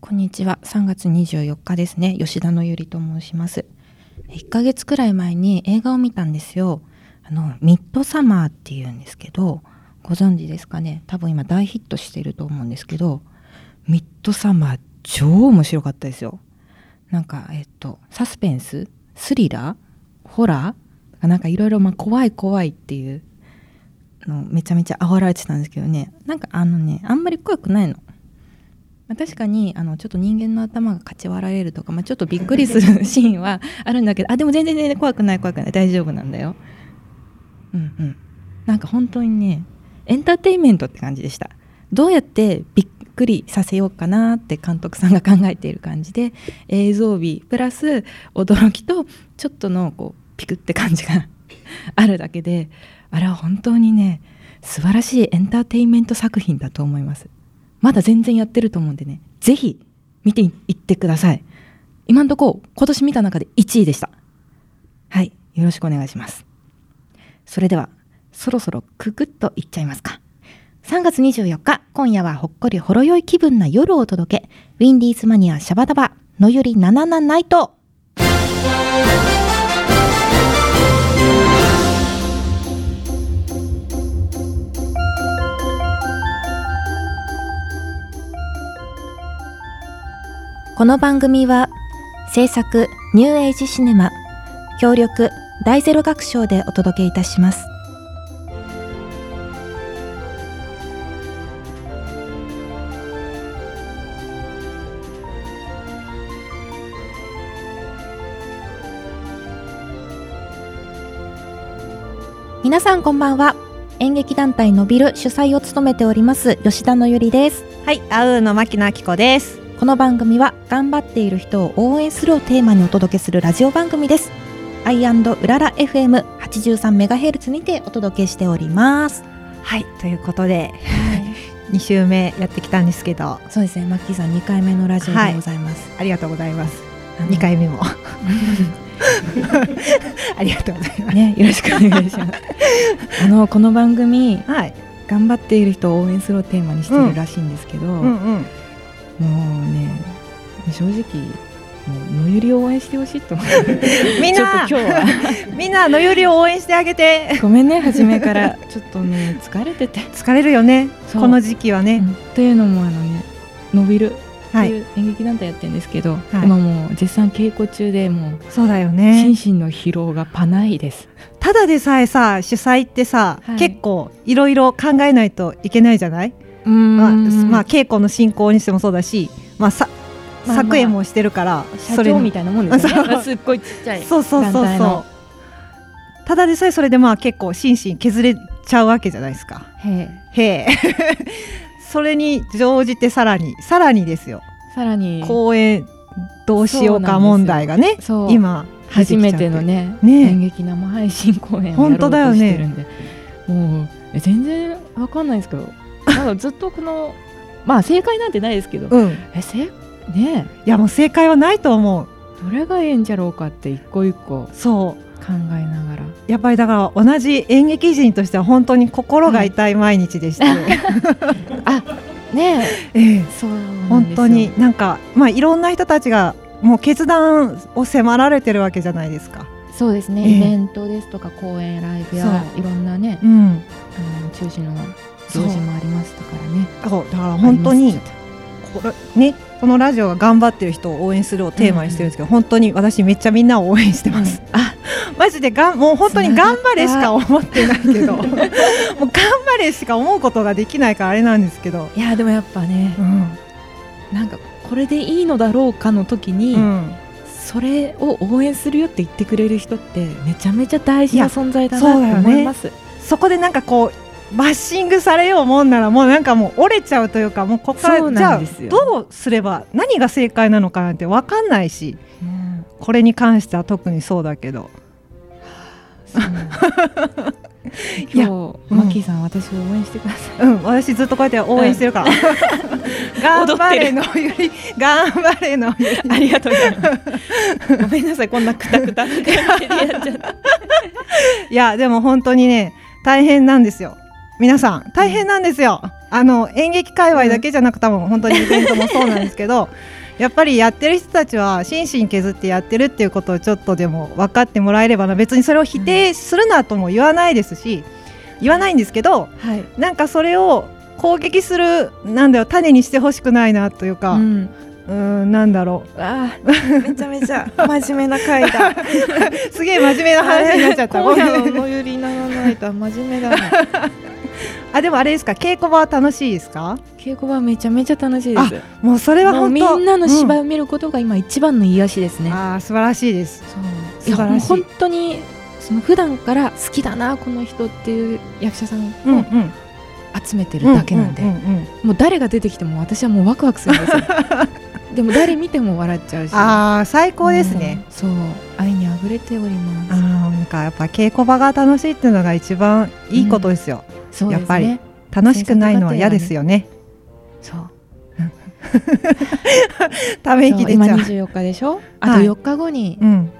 こんにちは。3月24日ですね。吉田のゆりと申します。1ヶ月くらい前に映画を見たんですよ。あの、ミッドサマーっていうんですけど、ご存知ですかね。多分今大ヒットしてると思うんですけど、ミッドサマー超面白かったですよ。なんか、えっと、サスペンススリラーホラーなんかいろいろまあ怖い怖いっていうのめちゃめちゃ煽られてたんですけどねなんかあのねあんまり怖くないの、まあ、確かにあのちょっと人間の頭がかち割られるとか、まあ、ちょっとびっくりするシーンはあるんだけどあでも全然全然怖くない怖くない大丈夫なんだようんうんなんか本当にねエンターテインメントって感じでしたどうやってびっくりさせようかなって監督さんが考えている感じで映像美プラス驚きとちょっとのこうピクって感じがあるだけで あれは本当にね素晴らしいエンターテインメント作品だと思いますまだ全然やってると思うんでねぜひ見ていってください今んとこ今年見た中で1位でしたはいよろしくお願いしますそれではそろそろククッといっちゃいますか3月24日今夜はほっこりほろ酔い気分な夜をお届けウィンディーズマニアシャバダバのゆりなななナイトこの番組は制作ニューエイジシネマ協力大ゼロ学賞でお届けいたします皆さんこんばんは演劇団体のびる主催を務めております吉田のゆりですはい、アウーの牧野明子です。この番組は頑張っている人を応援するをテーマにお届けするラジオ番組です。i うらら FM83 メガヘルツにてお届けしております。はい、ということで、2週目やってきたんですけど、そうですね、マッキーさん2回目のラジオでございます。ありがとうございます。あの2 回目も。 ありがとうございます。ね、よろしくお願いします。あのこの番組はい、頑張っている人を応援するをテーマにしてるらしいんですけど、うん、もうね、正直もうのゆりを応援してほしいと思って、 みんちょっと今な日、は。みんなのよりを応援してあげて。ごめんね初め からちょっとね疲れてて、疲れるよね、そうこの時期はね。というのもあのね伸びるってはいい、う演劇団体やってるんですけど、はい今もう絶賛稽古中でもうそうだよね。心身の疲労がパないです、ただでさえさ、主催ってさはい、結構いろいろ考えないといけないじゃない。うーんまあ、まあ、稽古の進行にしてもそうだし、まあ、さまあまあ作演もしてるから、社長みたいなもんですよ そねうすっごいちっちゃいそうそう団そう体そうのただでさえそれでまあ結構心身削れちゃうわけじゃないですかへえへえ それに乗じてさらにさらにですよ、さらに公演どうしようか問題がねそう今弾き初ちゃっめててのねねえ演劇生配信公演をや本ろ当うだとよしねてるんで、もうえ全然わかんないですけどなんかずっとこの まあ正解なんてないですけど、うんいえせねえやもう正解はないと思うどれがええんじゃろうかって一個一個考そうえながらやっぱりだから同じ演劇人としては本当に心が痛い毎日でして、 ねえええそうなん本ですよ当になんかまあいろんな人たちがもう決断を迫られてるわけじゃないですか。そうですね、ええイベントですとか公演ライブやそいろんなねうん、あの中止のそ行う事もありましたからねそうだから本当ありにましたこれねこのラジオが頑張ってる人を応援するをテーマにしてるんですけど、本当に私めっちゃみんなを応援してます。あマジでがんもう本当に頑張れしか思ってない けど、もう頑張れしか思うことができないからあれなんですけど。いやでもやっぱねうん、なんかこれでいいのだろうかの時に、うん、それを応援するよって言ってくれる人ってめちゃめちゃ大事いなや存在だそうだなよとね思います、そこでなんかこうバッシングされようもんならもうなんかもう折れちゃうというかもうここかそうらじなゃんあですよどうすれば何が正解なのかなんて分かんないしうんこれに関しては特にそうだけどそうなんですい今や 日うんマッキーさん私を応援してくださいうん私ずっとこうやって応援してるから、 頑張れのゆり頑張れのゆりありがとうござい ます。ごめんなさい、こんなくたくたな感じでやっちゃった。いやでも本当にね大変なんですよ皆さん大変なんですよ、あの演劇界隈だけじゃなく、多分本当にイベントもそうなんです けどやっぱりやってる人たちは心身削ってやってるっていうことをちょっとでも分かってもらえればな別にそれを否定するなとも言わないですし、言わないんですけどはいなんかそれを攻撃するなんだよ種にしてほしくないなというか、う、うんーんなんだろわあめちゃめちゃ真面目な回だう すげえ真面目な話になっちゃった今ごめん夜の最寄りならないと真面目だ なあでもあれですか稽古場は楽しいですか稽古場めちゃめちゃ楽しいですもうそれはもう本み当んなの芝居居、を見ることが今一番の癒しですうねん、ああ素晴らしいですい素や晴もうらし本い当にその普段から好きだなこの人っていう役者さんうんうをん集めてるだけなんで、うううんうんもう誰が出てきても私はもうワクワクするんですよでも誰見ても笑っちゃうしああ最高ですね、うんそう愛にあふれておりあまあなんかやっぱ稽古場が楽しいっていうのが一番いいことですよ、すそうですねやっぱり楽しくないのは嫌ですよねそうため息そう出ち今ゃう24日でしょあとはい4日後に、うん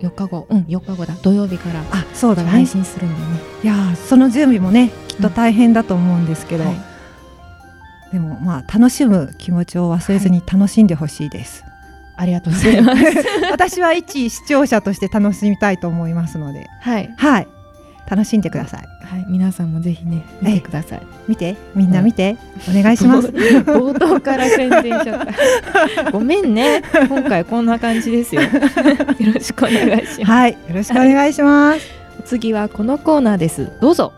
4日後うん4日後だ土曜日からあそうだね配信するんでねいやーその準備もねきっと大変だと思うんですけど、はいでもまあ楽しむ気持 ちを忘れずに楽しんでほしいです、ありがとうございます 私は一視聴者として楽しみたいと思いますのではい、はい楽しんでくださいはい、皆さんもぜひね見てください見てみんな見て、お願いします 冒頭から宣伝しちゃ った。ごめんね。今回こんな感じですよ。よろしくお願いしまはいよろしくお願いします、す。次はこのコーナーです。どうぞ。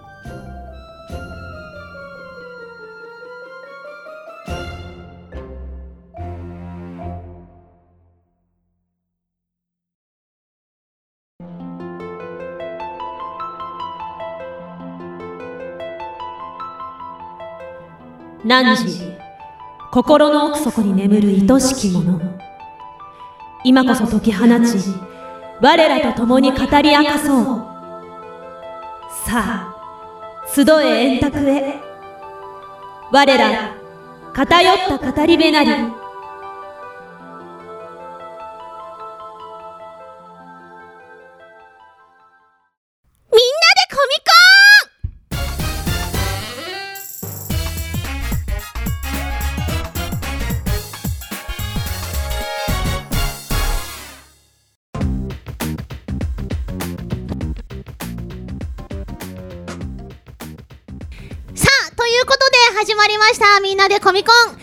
汝心の奥底に眠る愛しき者今こそ解き放ち我らと共に語り明かそうさあ集え円卓へ我ら偏った語り部なりさあ、ということで始まりました。みんなでコミコン。愛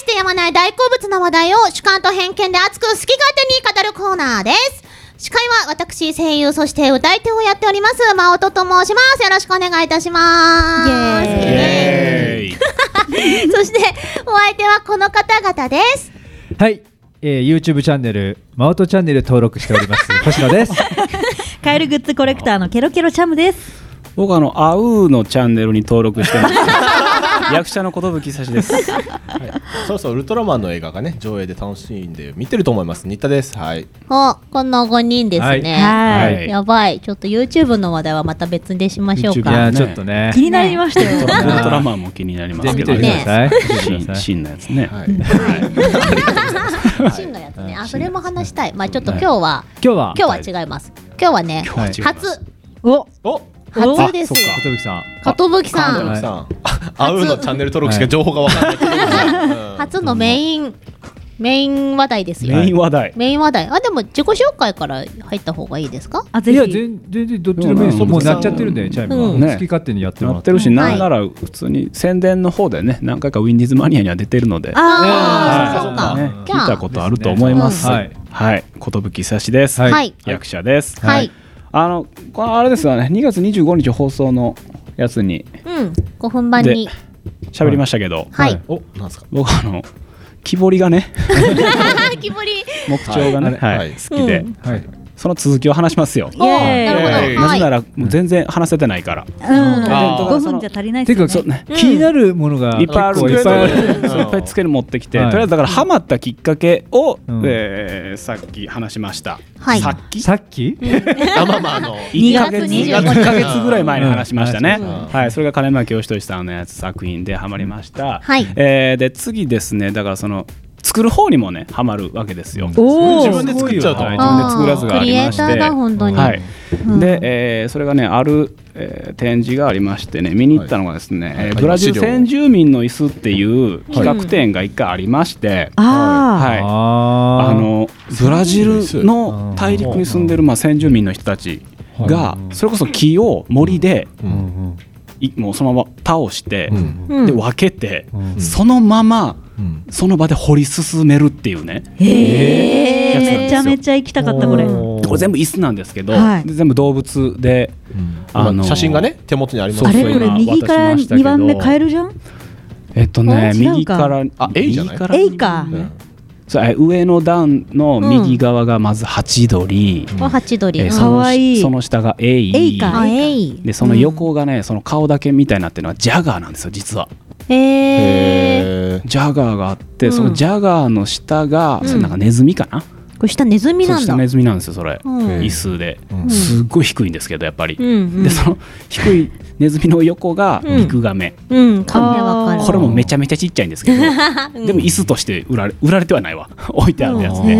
してやまない大好物な話題を主観と偏見で熱く好き勝手に語るコーナーです。司会は私、声優、そして歌い手をやっております、まおとと申します。よろしくお願いいたします。イエー イそして、お相手はこの方々です。はい、えー、YouTube チャンネルマウトチャンネル登録しており ます星野です。カエルグッズコレクターのケロケロチャムです僕あのアウーのチャンネルに登録 してます役者の寿さしですそろそろウルトラマンの映画がね上映で楽しんで見てると思います新田ですはいお、この5人ですね。はいやばい。ちょっと YouTube の話題はまた別でしましょう YouTube いやか。ーちょっとね気、になりましたよウルトラマンも気になりまぜひすけ見どてください。見てシくだンさいシンのやつね、い真のやつね。あ、それも話したい。まあちょっと今日は、今日は今日は違います。今日はね、今日は違います初、おお初ですよ。小峠さん。かとぶきさん、さんあうのチャンネル登録しか情報がわかんない初のメイン、メイン話題ですよ。メイン話題メイン話題。あ、でも自己紹介から入った方がいいですかあいぜやひ全全然どっちでもいいです。うんもうなっちゃってるんでチャイムは、うんね好き勝手にやってもならっっ。ててるし、はないんなら普通に宣伝の方でね何回かウィンディーズマニアには出てるのであーー、そうか。ね、じ聞ゃいたあこ、とあると思います、うんはいはい寿久志です、はいはい。役者です、はい。あのこれあれですよね2月25日放送のやつにうん。ご分番に。喋りましたけど、は。はいおなんですか僕あの木彫りが ね 木彫り。目標がね、ははいいはい好きで、うんはい。その続きを話しますよ。おーイエーイなるほはいど。なはぜいな。らもう全然話せてないから、あーうん、5分じゃ足りないてでいうかすそようね。気になるものがいっぱいある結構いっぱいある。うんそういっぱいつける持ってきて、はいとりあえずだからハマったきっかけを、うんえーさっき話しました。はいさっきさっき？あまあまああの1月25日ヶ月ぐらい前に話しましたね。うんはい、それが金巻義俊さんのやつ作品でハマりました。はいえーで次ですね、だからその。作る方にもねハマるわけですよ。お自分で作っちゃうとはい自分で作らずがありましてあークリエイターだ本当に、はいうんで、えーそれがねある、えー展示がありましてね見に行ったのがですね、はいえーはいブラジル資料を先住民の椅子っていう企画展が一回ありまして、あはいああーのブラジルの大陸に住んでる、まあ、先住民の人たちがそれこそ木を森でうんいもうそのまま倒して、うんうんで分けて、うんそのままうんその場で掘り進めるっていうねーえやーつなめんですよちゃめちゃ行きたかったこれおーでこれ全部椅子なんですけど、はいで全部動物であのー写真がね手元にありますそうあそうれこれ今右から渡しましたけど2番目変えるじゃんえっとねあ違うか右からあ A じゃな右いから A かうんそうえ上の段の右側がまずハチドリ、これハチドリ、えーうんそのかわいいその下がエイエイかあえいでその横がね、その顔だけみたいになってるのはジャガーなんですよ実はへえへジャガーがあって、うんそのジャガーの下が、うんそのなんかネズミかな、これ下ネズミそうなん下だネズミなんですよそれ、うん椅子で、うんすっごい低いんですけどやっぱり、うんうんでその低いネズミの横がうんリクガメ、うん顔でわかるこれもめちゃめちゃちっちゃいんですけど、 でも椅子として売られ売られてはないわ 置いてあるやつで,、へ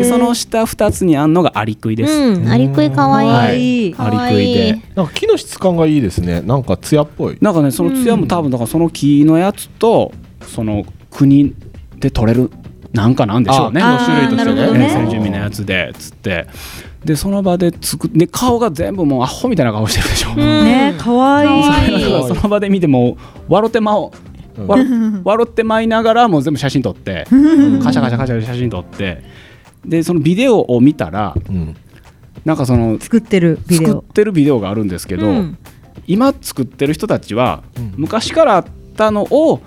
ーでその下2つにあんのがアリクイです、うんアリクイかわいい、はいかアわリクいイいでなんか木の質感がいいですねなんか艶っぽいなんかねその艶も多分だからその木のやつとその国で取れるなんかなんでしょうねあ木の種類としてねあーなるほどえー先住民のやつでつってでその場で作っで顔が全部もうアホみたいな顔してるでしょ、ねかわいいだからその場で見てもう笑ってまおう ん笑笑ってまいながらもう全部写真撮ってカシャカシャカシャで写真撮ってでそのビデオを見たらうんなんかその作ってるビデ作っオてるビデオがあるんですけど、うん今作ってる人たちはうん昔からあったのを、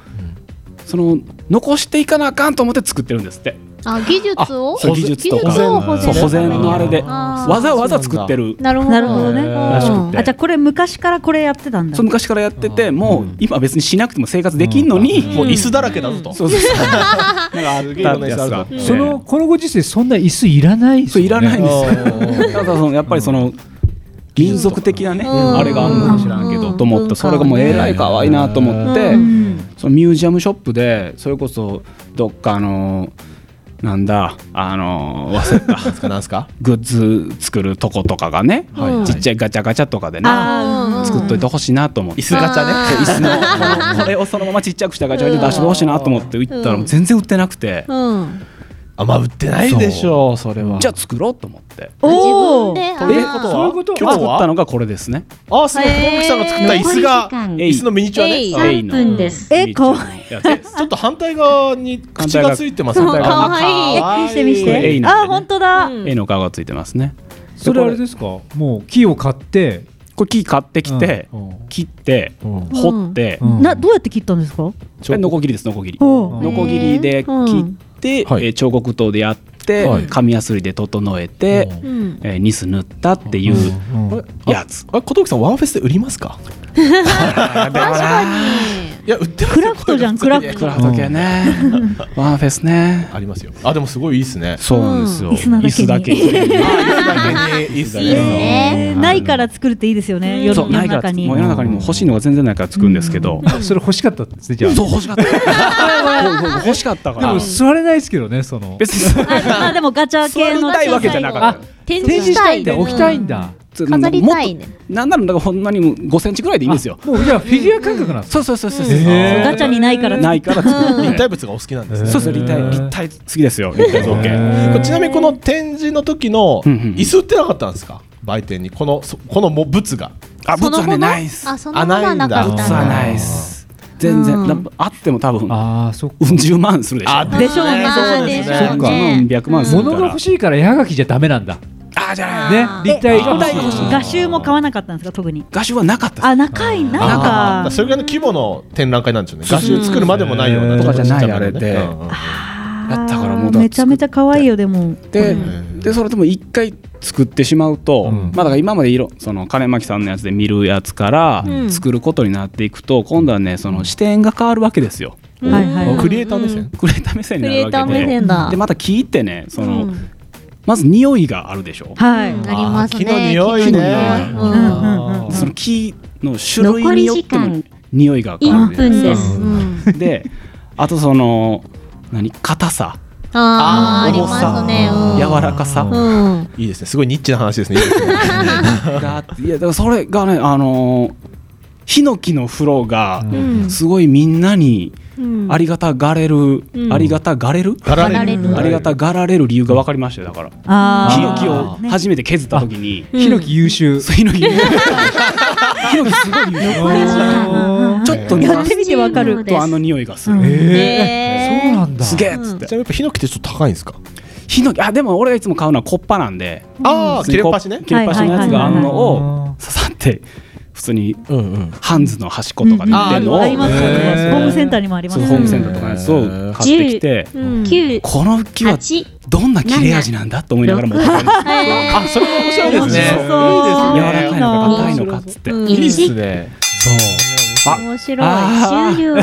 その残していかなあかんと思って作ってるんですってあ技術をあそう技術とか技術を保そう全保全のあれであーわざわざ作ってるなるほどなるほどねらしくて、あじゃあこれ昔からこれやってたんだそう昔からやっててもう今別にしなくても生活できんのに、もう椅子だらけだぞとそうそうそう なんかあったってやつがあってそのこのご時世そんな椅子いらないですそうよいねらないんですうよ。ただそのやっぱりその民族的なね、うんあれがあるのか知らんけど、うんと思っ文化てそはねれがもうえらい可愛いなと思って、うんそのミュージアムショップでそれこそどっかのなんだあの忘れたなんす かなんすかグッズ作るとことかがね、はいはいちっちゃいガチャガチャとかでねあうん作っといてほしいなと思って。椅子ガチャね椅 子のこのこれをそのままちっちゃくしたガチャガチャで出してほしいなと思って行ったらもう全然売ってなくて、うんあんま売ってないでしょうそれはじゃあ作ろうと思って自分でということはそういうこと今日作ったはのがこれですね。あすごいへートムキさんが作った椅子がえい椅子のミニチュアねえいあ3分です。えかわいやつです。ちょっと反対側に口がついてますそう反対側かわいいあ見して見しこれて A なんでねあ本当だうん A の顔がついてますね。それあれですかもう木を買ってこれ木買ってきて、うんうん切って、うん掘って、うんなどうやって切ったんですかえノコギリですノコギリ。おノコギリで切って、えはいー彫刻刀でやって、はい紙やすりで整えて、うんえーニス塗ったっていううんやつ。あれ小峠さんワンフェスで売りますか 確かにいや売ってますクラフトじゃんクラフクトラフト系ね、 ワンフェスね。ありますよあでもすごいいいっすねそうなんですよ。うん椅椅子子だだけけにに。いいっすいいねえーないから作るっていいですよね世そうの世なのいか中らもうに世の中にもう欲しいのが全然ないから作るんですけど。あそれ欲しかったんですねじゃあそう欲しかった。欲しかったかでらも。座れないですけどねその別にあまあでもガチャ系の座りたいわけじゃなかったよ。展展示したいんだうん置きたいんだ飾りたいねもっとなんならだからほんまにもう5センチぐらいでいいんですよ。もうじゃあフィギュア感覚なんですかそうそうそうそう。へーガチャにないからないから作る立体物がお好きなんですねそうそう立体立体好きですよ。立体造形。これちなみにこの展示の時のうんうん椅子売ってなかったんですか売店にこのそこのも物があその物はもねのないっす。あそのものはなかっあないんだ物たはんだないっす。全然だあっても多分ああそっかうん十万するでしょ。でしょうねまあでしょうね何百万するか物ら。が欲しいから絵はがきじゃダメなんだあじゃない。ね立体が欲しい画集も買わなかったんですか特に画集はなかったっあ仲いいなんあーだからかそれぐらいの規模の展覧会なんですよね画集作るまでもないようなうんちょっとかじゃないあれでうんうんやったからもうだってめちゃめちゃ可愛いよでもすででそれでも一回作ってしまうと、うんまあだから今までいろその金巻さんのやつで見るやつからうん作ることになっていくと、今度はねその視点が変わるわけですよ。うんはいはいあクリエイター目線クリエイター目線クになリエイるターわ目けで。線だでまた聞いてねその、うんまず匂いがあるでしょ。はいうんありますねあー木の匂い木のね匂いうんうんうんその木の種類によっても匂いが変わる1分ですうんであとその何硬さあーあり重さますねうん柔らかさうんいいですねすごいニッチな話ですねいいですねがあって いやだからそれがねあのーヒノキの風呂がうんすごいみんなにうんありがたがれる、うんありがたがれる、ががられるありがたがられる理由が分かりましたよだからヒノあキを初めて削った時にうんヒノキ優秀 そうヒノキヒノキすごい優秀ちょっとねやってみてわそうかる。ですとあの匂いがする、へーえそうなんだすげえっつっちなみにてやっぱヒノキってちょっと高いんですかヒノキあでも俺がいつも買うのはコッパなんであ普通にこう切れっ端のやつがあんのを刺さって普通にうんうんハンズの端っことかで売ってるのを、ありますよへねーホームセンターにもありまそすうねホームセンターとかのやつを買ってきて、うん九この木は八どんな切れ味なんだと思いながらもへーあそれも面白いですね面白そう柔らかいのか硬いのかっつって、うんいいですねあ面あ白いー周 遊は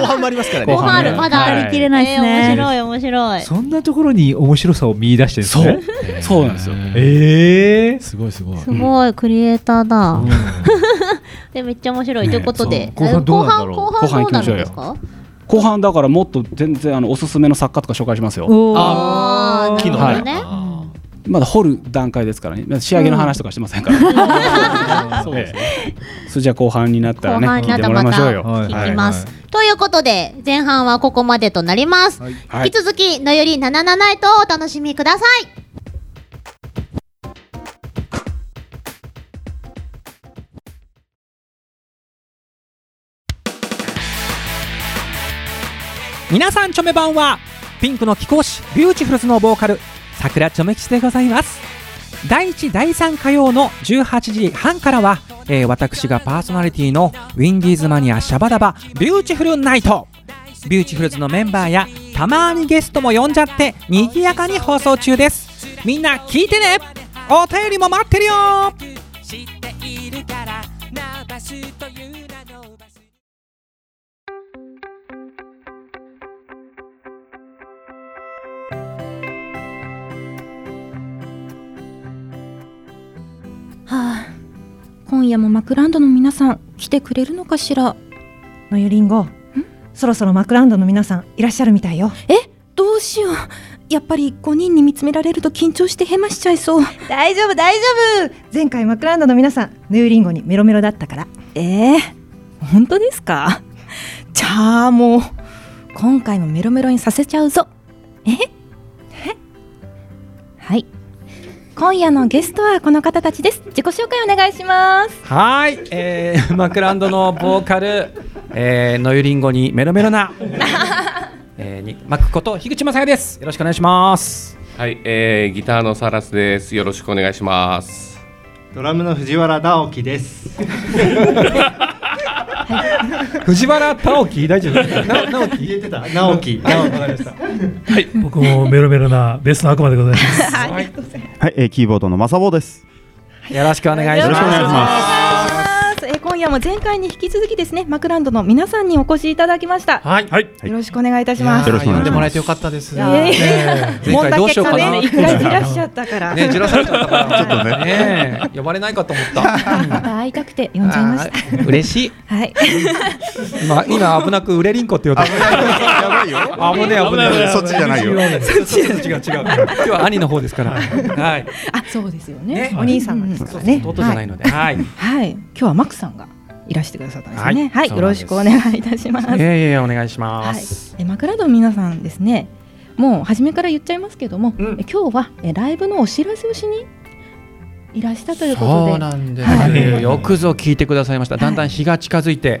後半もありますから後ね半あるまだあるはい語りきれないですえー面ね白い面白いそんなところに面白さを見出してるんですそうねそうなんですよええすごいすごいすごいクリエイターだ。でめっちゃ面白いということでねそう後半どうなんだろう後半後半どうなるんですか？後半だからもっと全然あのおすすめの作家とか紹介しますよおーああーなる昨ほ日どね。まだ掘る段階ですからねまだ仕上げの話とかしてません から、そうですねええそれじゃあ後半になったらね後半に聞ないってたもららいまたましょうよ、はい聞きますはい。ということで前半はここまでとなります。はい引き続きのより77ナイトをお楽しみください。皆さんチョメ版はピンクの貴公子ビューティフルズのボーカル桜チョメ吉でございます第1第3火曜の18時半からは、えー私がパーソナリティのウィンディーズマニアシャバダバビューティフルナイトビューティフルズのメンバーやたまーにゲストも呼んじゃってにぎやかに放送中ですみんな聞いてねお便りも待ってるよはあ、今夜もマクランドの皆さん来てくれるのかしらのゆりんごそろそろマクランドの皆さんいらっしゃるみたいよどうしようやっぱり5人に見つめられると緊張してヘマしちゃいそう大丈夫大丈夫前回マクランドの皆さんのゆりんごにメロメロだったからええ本当ですかじゃあもう今回もメロメロにさせちゃうぞええはい今夜のゲストはこの方たちです自己紹介お願いしますはい、えー、 マクランドのボーカル、えー、のゆりんごにメロメロな、えー、にマクこと樋口雅也です。よろしくお願いします。はい、えー、ギターのサラスです。よろしくお願いします。ドラムの藤原直樹です。藤原直樹大丈夫な直樹言えてた。直樹。直樹。僕もメロメロなベースの悪魔でございます。はい、えー、キーボードのまさぼうです。よろしくお願いしよろしくお願いしままえ今夜も前回に引き続きですねマクランドの皆さんにお越しいただきましたはい。はい。よろしくお願いいたしす。ますよろしくお願いします呼んでもらえてよかったです。やいやいね前回どうしようかな。一回いらっしゃったからね、じらされちゃったから。ちょっとねねえ呼ばれないかと思った。また会いたくて呼んじゃいましたあー嬉しい。はい 今、今危なく売れりんこって言おうと思った。やばいよ。危ねえ危ねえ。そっちじゃない よ。そっち違う違う。今日は兄の方ですから。はい。あそうですよねお兄様ですからね弟じゃないので。はい。はい今日はマクさんがいらしてくださったんですよねははいい、よろしくお願いいたしますいやいやいやお願いしはまいす。、えマクラドの皆さんですねもう初めから言っちゃいますけども、うんえ今日はえライブのお知らせをしにいらしたということでそそううなんです、はいよくぞ聞いてくださいました。だんだん日が近づいでて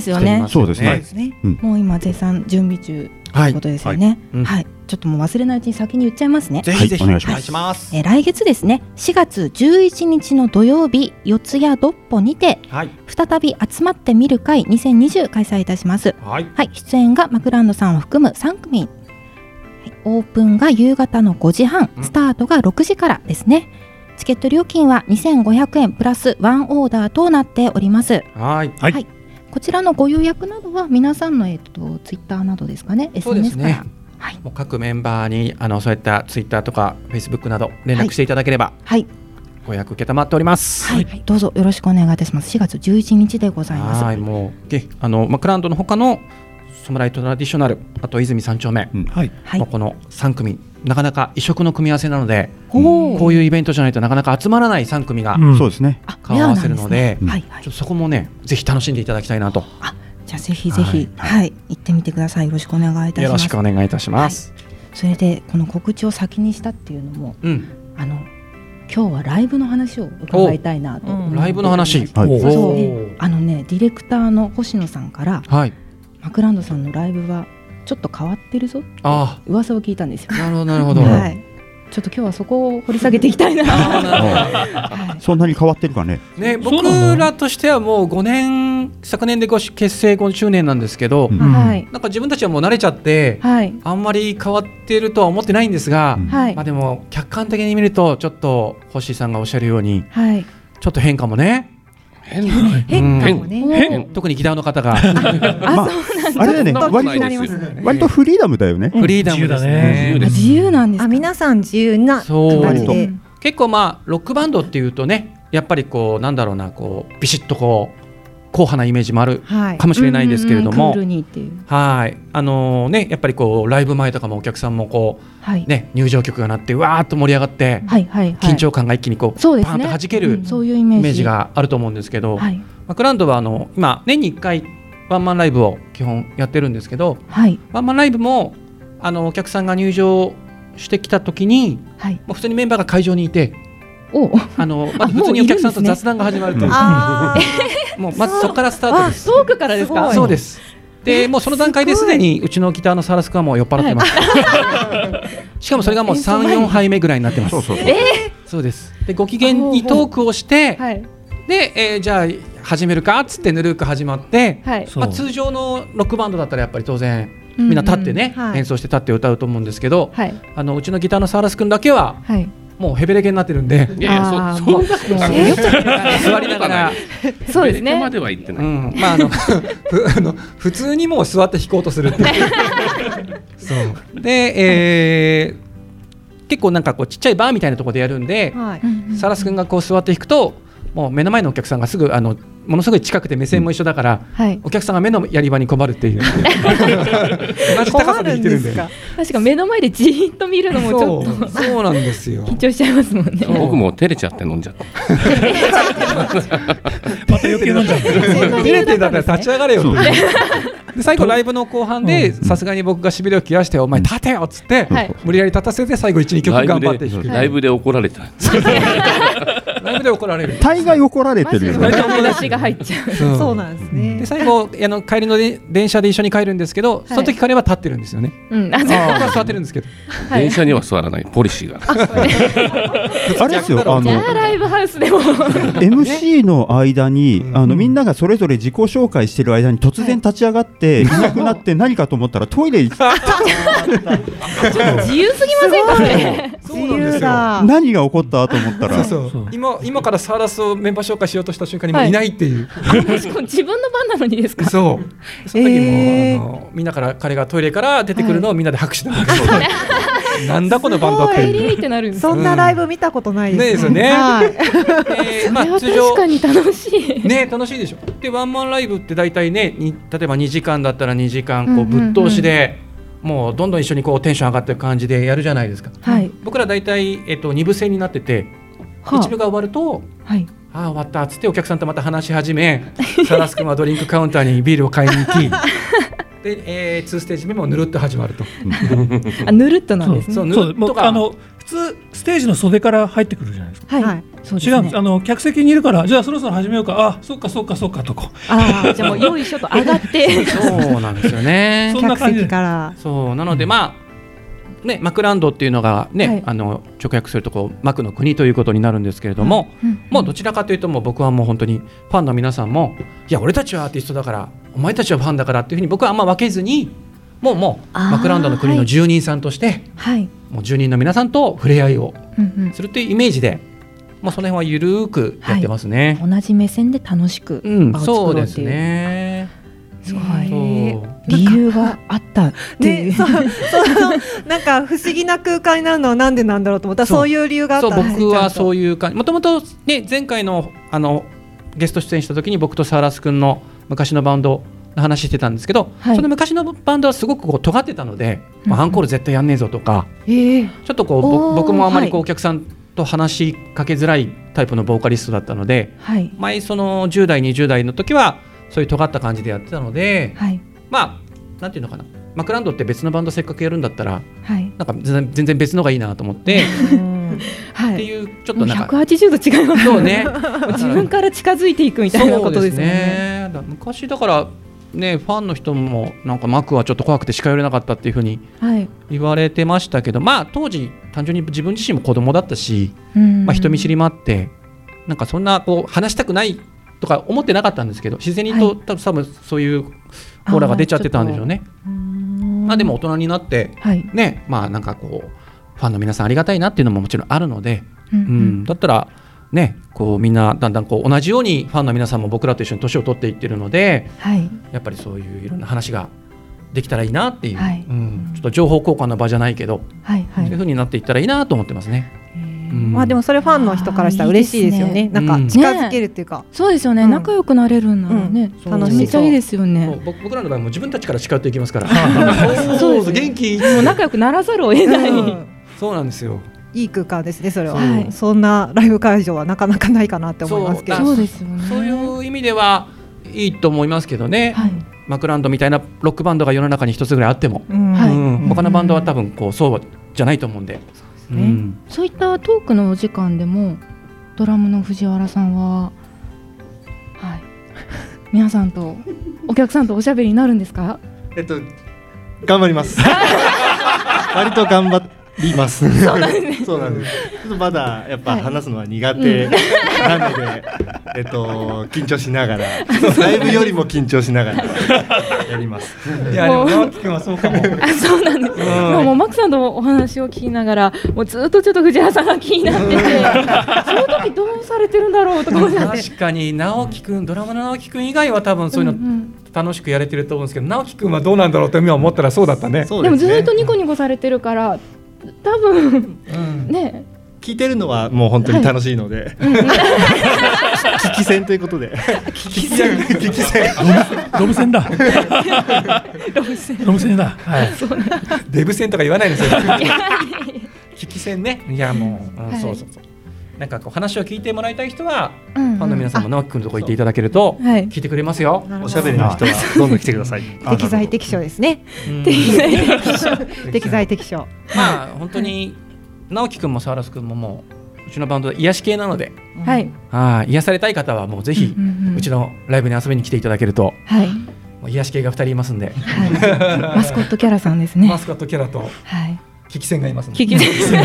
すきよていねますよそうですね。もう今絶賛準備中とはいいうこ。とですよねはいうんはい、ちょっともう忘れないうちに先に言っちゃいますねぜひぜひはいお願いしますます。え来月ですね4月11日の土曜日四谷どっぽにてはい。再び集まってみる会2020開催いたしますはい。はい、出演がマクランドさんを含む3組、はいオープンが夕方の5時半うんスタートが6時からですねチケット料金は2500円プラスワンオーダーとなっておりますはい。はいはいこちらのご予約などは皆さんの、えっとツイッターなどですかねそうです SNS ねから、はい、もう各メンバーにあのそういったツイッターとかフェイスブックなど連絡していただければ、はいご予約受けたまっております。はいどうぞよろしくお願いいたします4月11日でございますはい。もうげあのマクランドの他のサムライトラディショナルあと泉三丁目、はいもうこの3組なかなか異色の組み合わせなので、こういうイベントじゃないとなかなか集まらない3組がうんそうですね顔を合わせるのであレアなんですねはいちょっとそこもねぜひ楽しんでいただきたいなとじゃあぜひぜひ、はい、行ってみてください。よろしくお願いいたします。よろしくお願いいたします。それでこの告知を先にしたっていうのも、あの今日はライブの話を伺いたいなと、おライブの話はいおーそうであのねディレクターの星野さんから、はいマクランドさんのライブはちょっと変わってるぞってあ噂を聞いたんですよ。なるほどなるほどはい。ちょっと今日はそこを掘り下げていきたい な。そんなに変わってるかね。ね、僕らとしてはもう5年昨年でごし結成5周年なんですけど、はいなんか自分たちはもう慣れちゃって、はいあんまり変わってるとは思ってないんですが、はいまあ、でも客観的に見るとちょっと星さんがおっしゃるようにはい。ちょっと変化もね変化もね変特にギターの方があ、そうなんだ。あれだよねちょっと割と気になりますね割とフリーダムだよね。フリーダムですねあ自由なんですか。皆さん自由なそう感じで結構まあロックバンドっていうとねやっぱりこうなんだろうなこうビシッとこう硬派なイメージもあるかもしれないですけれども、クールにっていう。はい、あのね、やっぱりこうライブ前とかもお客さんもこう、はいね、入場曲が鳴ってわーっと盛り上がって、はいはいはい。緊張感が一気にこうそうですパーンね。と弾ける、うんそういうイイメージメージがあると思うんですけど、はいマクランドはあの今年に1回ワンマンライブを基本やってるんですけど、はいワンマンライブもあのお客さんが入場してきた時に、はいもう普通にメンバーが会場にいて。あのまず普も通うにいるおんで客すねさんと雑談が始まると、うんあ もうまずそこからスタートあ、です。トークからですか。そうです。で、もうその段階ですでにうちのギターのサラスクはもう酔っ払ってます。しかもそれがもう三四杯目ぐらいになってます。そうそうそうえです。で、ご機嫌にトークをして、で、えーじゃあ始めるかっつってぬるく始まって、はいまあ通常のロックバンドだったらやっぱり当然うんうんみんな立ってね、はい演奏して立って歌うと思うんですけど、はいあのうちのギターのサラス君だけははい。もうヘベレケになってるんで、いやいやそあーそもうそんなもう酔っちゃってるからね座りながら。そうですね。までは言ってない。うん、まああのふ あの普通にもう座って弾こうとするっていう。そうで、えー結構なんかこうちっちゃいバーみたいなところでやるんで、サラス君がこう座って弾くともう目の前のお客さんがすぐあのものすごい近くて目線も一緒だから、はいお客さんが目のやり場に困るっていう同じ 高さで弾いてるんで確か目の前でじーっと見るのもちょっとそう そうなんですよ緊張しちゃいますもんね。僕も照れちゃって飲んじゃ った。また余計飲んじゃう。照れてんだったら立ち上がれよっていう。で最後ライブの後半でさすがに僕がしびれを切らしてお前立てよっつってはい無理やり立たせて最後12曲ライ頑ブ張っでて弾くライブで怒られた。ライブで怒られる大概怒られてるよね。話が入っちゃう。うんそうなんですね。で最後あの帰りので電車で一緒に帰るんですけどその時彼は立ってるんですよねうんあ僕そうは座ってるんですけどはい電車には座らないポリシーがある。あれですよあじのゃあライブハウスでも。 MC の間に、あのみんながそれぞれ自己紹介してる間に突然立ち上がって、い、なくなって何かと思ったらトイレ行っ自由すぎませんかそれ。そうなんですよ何が起こったと思ったらそうそう今今からサーラスをメンバー紹介しようとした瞬間にもういないっていうしかも自分の番なのにですか。 そう。その時も、あのみんなから彼がトイレから出てくるのをみんなで拍手で、 なんだこのバンドっていう。ってなるんですかそんなライブ見たことないねですよね。はいえーまあ通常確かに楽しい。ね楽しいでしょ。でワンマンライブって大体ねに例えば2時間だったら2時間こううんうんうぶんっ通しで、もうどんどん一緒にこうテンション上がってる感じでやるじゃないですか。はい。僕ら大体えっと二部制になってて。はあ一部が終わると、はいああ終わったっつってお客さんとまた話し始め サラス君はドリンクカウンターにビールを買いに行 きで、えー、2ステージ目もぬるっと始まると。あぬるっとなんですね。そうそうそうもうあの普通ステージの袖から入ってくるじゃないですか。はい。そうです違うんでねす。あの客席にいるからじゃあそろそろ始めようかあそっかそっかそっかとこああじゃあもうよいしょと上がって。そうなんですよね そんな感じでからそうなのでまあねマクランドっていうのがね、はいあの直訳するとこうマクの国ということになるんですけれども、もうどちらかというともう僕はもう本当にファンの皆さんもいや俺たちはアーティストだからお前たちはファンだからっていうふうに僕はあんま分けずにもうもうあーマクランドの国の住人さんとして、はい。もう住人の皆さんと触れ合いをうんするというイメージで、もうその辺はゆるーくやってますね。うん。同じ目線で楽しくうん場をそ作ろううでっすていう。ね。すごい。理由があったっていう。そうそうなんか不思議な空間になるのはなんでなんだろうと思ったらそういう理由があったそんうですね僕はちゃんとそういう感じもともとね前回のあのゲスト出演した時に僕とサーラス君の昔のバンド話してたんですけど、はいその昔のバンドはすごくこう尖ってたので、まあアンコール絶対やんねえぞとか、ええちょっとこうぼおー僕もあまりこはういお客さんと話しかけづらいタイプのボーカリストだったので、はい前その10代20代の時はそういう尖った感じでやってたので、はいまあなんていうのかなマクランドって別のバンドせっかくやるんだったらはいなんか全然全然別のがいいなと思ってはいっていうちょっとなんか180度違いますそうね自分から近づいていくみたいなことですよね。そうですねだ昔だからねファンの人もなんかマクはちょっと怖くて近寄れなかったっていうふうにはい言われてましたけどまあ当時単純に自分自身も子供だったし、うんまあ、人見知りもあってなんかそんなこう話したくないとか思ってなかったんですけど自然にと、多分多分そういうオーラが出ちゃってたんでしょうね。まあでも大人になって、はいねまあなんかこうファンの皆さんありがたいなっていうのももちろんあるので、うんうんだったらねこうみんなだんだんこう同じようにファンの皆さんも僕らと一緒に年を取っていってるのではいやっぱりそういういろんな話ができたらいいなっていう、うんちょっと情報交換の場じゃないけど、はいはいそういうふうになっていったらいいなと思ってますね。まあでもそれファンの人からしたら嬉しいですよねあーいいですねなんうんか近づけるっていうか、そうですよね、仲良くなれるんならね、そう楽しめっちゃいいですよね。そう僕僕らの場合も自分たちから誓っていきますから そうそう元気もう仲良くならざるを得ない。そうなんですよ いい空間ですねそれは、はいうんそんなライブ会場はなかなかないかなって思いますけどそうよだねそういう意味ではいいと思いますけどね、マクランドみたいなロックバンドが世の中に一つぐらいあっても、うんはいうん他のバンドは多分こうそうじゃないと思うんで。うんそういったトークのお時間でもドラムの藤原さんは、はい、皆さんとお客さんとおしゃべりになるんですか？えっと頑張ります割と頑張りますそうなんですねそうなんですちょっとまだやっぱはい話すのは苦手うんなので、えっと緊張しながらライブよりも緊張しながらやりますいやでも直樹君はそうかもあ、 そうなんです。うんもうマックさんとお話を聞きながら、もうずっとちょっと藤原さんが気にな ってて、その時どうされてるんだろうとか思って。確かに直樹くんドラマの直樹くん以外は多分そういううんうの楽しくやれてると思うんですけど直樹くんはどうなんだろうって今思ったらそうだったねそうでもですずねっとニコニコされてるから、多分、ね、聞いてるのはもう本当に楽しいので、 聞き戦ということで聞き戦 聞き戦ロブ 戦だ ロブ戦ロブ戦だ はいデブ戦とか言わないですよ聞き戦ねいやもう、うんはいそうそうそうなんかこう話を聞いてもらいたい人は、うんうんファンの皆さんも直樹くんのとこ行っていただけるとはい聞いてくれますよ、おしゃべりの人はどんどん来てくだ さい適材適所ですねうん適材適所適材適所 まあ本当に直樹くんもサワラスくんももううちのバンドは癒し系なので、はい、はい癒されたい方はもうぜひうんうんうんうちのライブに遊びに来ていただけると、はい、もう癒し系が二人いますんで、 マスコットキャラさんですね。マスコットキャラとはい。危機戦がいますんで危機戦く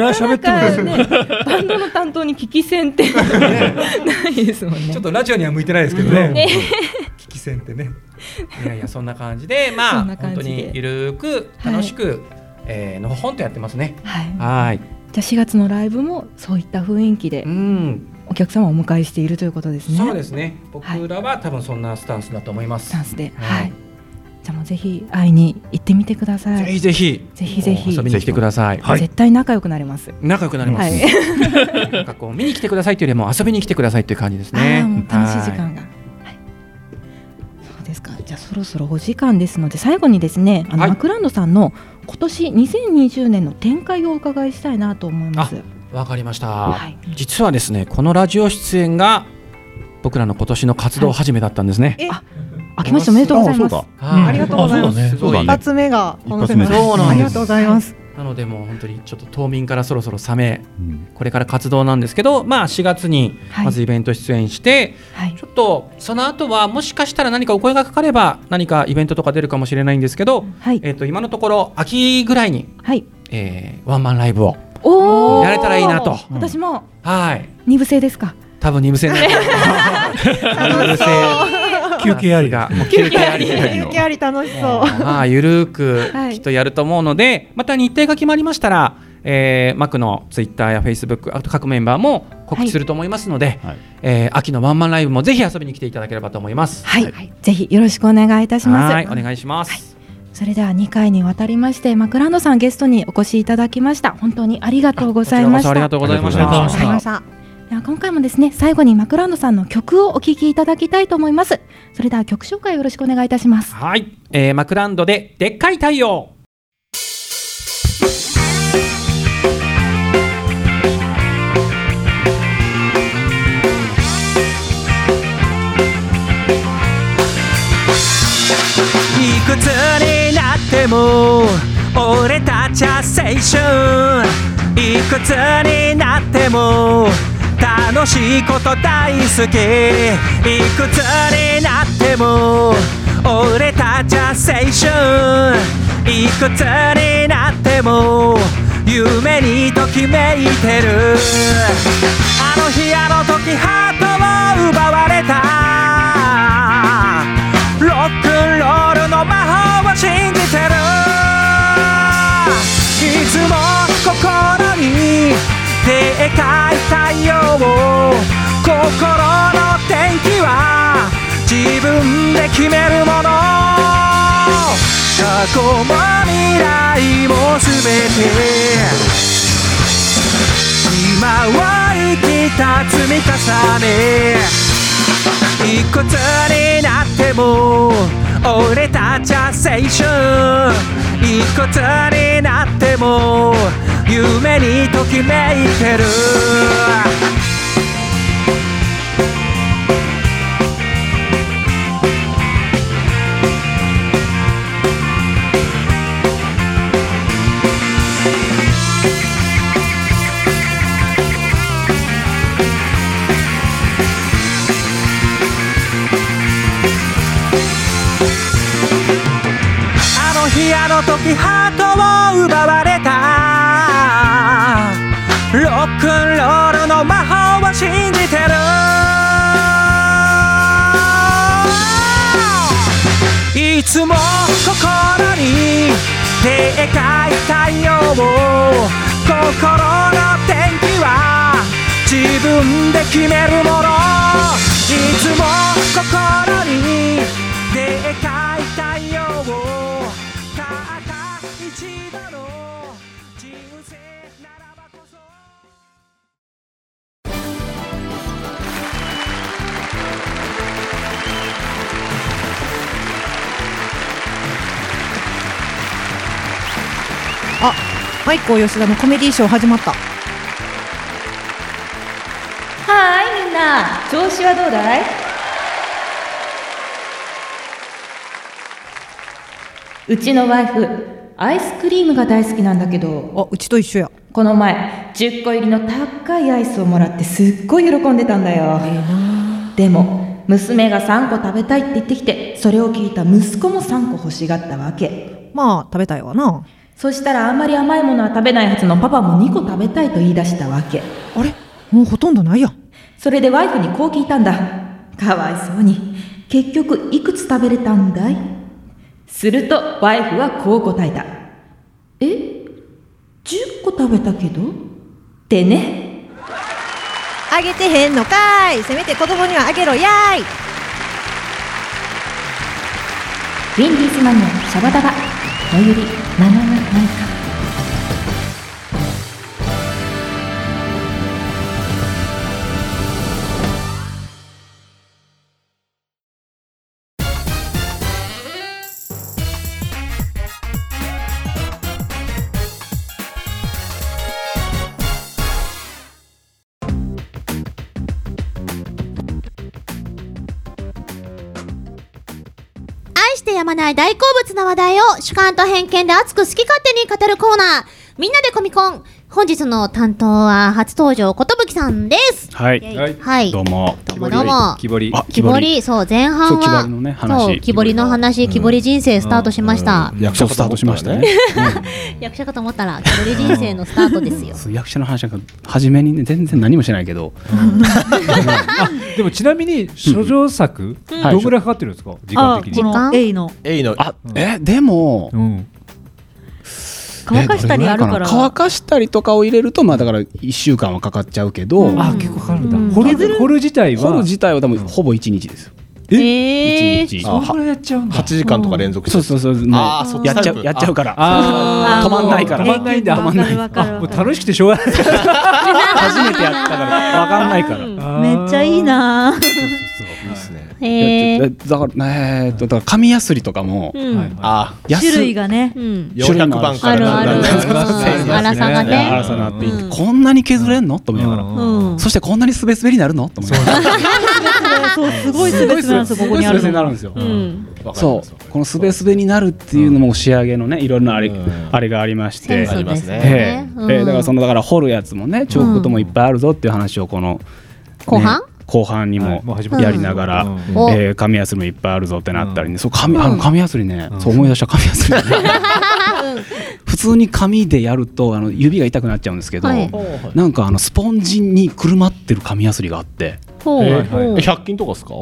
らい喋ってなもんかね、 バンドの担当に危機戦ってないですもんね。ちょっとラジオには向いてないですけどねね。危機戦ってねいやいやそんな感じでまそあんな本感当じでにゆるくはい楽しく、えーのほほんとやってますね。はい。はい。じゃあ4月のライブもそういった雰囲気でお客様をお迎えしているということですね。そうですね。僕らは多分そんなスタンスだと思います。スタンスで、はい。じゃあもうぜひ会いに行ってみてください。ぜひぜひぜひぜひ遊びに来てください。絶対仲良くなれます。仲良くなります。はい なんかこう見に来てくださいというよりも遊びに来てくださいという感じですあねーもう。楽しい時は間が。はいそうですか。じゃあそろそろお時間ですので最後にですね、あの、マクランドさんの今年2020年の展開をお伺いしたいなと思います。い。わかりました、実はですねこのラジオ出演が僕らの今年の活動始めだったんですね。あ、明けましておめでとうございます。はいありがとうございますあそうだね一発目がこの世一界発目そうなんですありがとうございますなのでもう本当にちょっと冬眠からそろそろ冷め、これから活動なんですけど、まあ、4月にまずイベント出演して、ちょっとその後はもしかしたら何かお声がかかれば何かイベントとか出るかもしれないんですけど、えー、と今のところ秋ぐらいに、えーワンマンライブをおお。やれたらいいなと私もはい二部制ですか。多分二部制になる 二部制 休憩ありがもう休憩あり勇気あり楽しそうまあ、ゆるーはくいきっとやると思うので、また日程が決まりましたら、えー、マックのツイッターやフェイスブックあと各メンバーも告知すると思いますので、えー秋のワンマンライブもぜひ遊びに来ていただければと思います。はい、ぜひよろしくお願いいたします。はいお願いします。それでは2回にわたりましてマクランドさんゲストにお越しいただきました本当にありがとうございましたあこちらこそありがとうございましたありがとうございましたはいでは今回もですね最後にマクランドさんの曲をお聴きいただきたいと思いますそれでは曲紹介よろしくお願いいたしますはい、えーマクランドででっかい太陽。いくつになっても俺たちは青春いくつになっても楽しいこと大好きいくつになっても俺たちは青春いくつになっても夢にときめいてるあの日あの時ハートを奪われたロックンロールの魔法を信じてるいつも心にでかい太陽を心の天気は自分で決めるもの過去も未来も全て今は生きた積み重ねいくつになっても俺たちは青春いくつになっても夢にときめいてるあの日あの時ハートを奪われたロックンロールの魔法を信じてるいつも心にでかい太陽を心の天気は自分で決めるものいつも心にでかい太陽をたった一度の人生ならばこそあマイコー吉田のコメディーショー始まったはーいみんな調子はどうだいうんうちのワイフアイスクリームが大好きなんだけどあうちと一緒やこの前10個入りの高いアイスをもらってすっごい喜んでたんだよ、でも娘が3個食べたいって言ってきてそれを聞いた息子も3個欲しがったわけまあ食べたいわなそしたらあんまり甘いものは食べないはずのパパも2個食べたいと言い出したわけあれもうほとんどないやそれでワイフにこう聞いたんだかわいそうに結局いくつ食べれたんだいするとワイフはこう答えたえ10個食べたけどってねあげてへんのかーいせめて子供にはあげろやーいウィンディーズマニアシャバダバ最寄り七七ない愛してやまない大好物な話題を主観と偏見で熱く好き勝手に語るコーナー。みんなでコミコン。本日の担当は初登場、ことぶきさんです。はいイェイはい。どうもどうもどうも木彫り木彫り、そう、前半そう木彫はりのね、話そう、木彫りの話、木彫り人生スタートしました。役者スタートしましたね役者かと思ったら、木彫り人生のスタートです よ。そう役者の話なんか初めにね全然何もしてないけど、でもちなみに諸女作、うんどんぐらいかかってるんですか時間的にこの A のえのあえでも、乾かしたりあるからえどれぐいな乾かしたりとかを入れるとまあだから1週間はかかっちゃうけど、あ結構かかるんだ掘る掘る自体は掘る自体は多分ほぼ1日ですよえ一日あは八時間とか連続そうそうそうああねそっちやっちタゃイうプやっちゃうからあー止まんないから止まんないんだ止まんないわかるわかるわかるあもう楽しくてしょうがない初めてやったからわかんないからめっちゃいいなへ いやだからえーっとだから紙やすりとかもうんはいはいあー安種類がね、種類も400番からあるだんだんだんだんあるうん粗さがねいや粗さがあってこんなに削れんのと思いながうらそしてこんなにすべすべになるのと思いながらそうすごいスベスベなんですよここにあすべるすべのになるんですようんそうこのすべすべになるっていうのも仕上げのねいろんなあれあれがありましてセンスですねええうんええだからそのだから掘るやつもね彫刻ともいっぱいあるぞっていう話をこの後半ね後半にもやりながら、うんえー紙やすりもいっぱいあるぞってなったりね、そう紙あの紙やすりね、そう思い出した紙やすりね、普通に紙でやるとあの指が痛くなっちゃうんですけど、はいなんかあのスポンジにくるまってる紙やすりがあって、ほうほう100均とかですか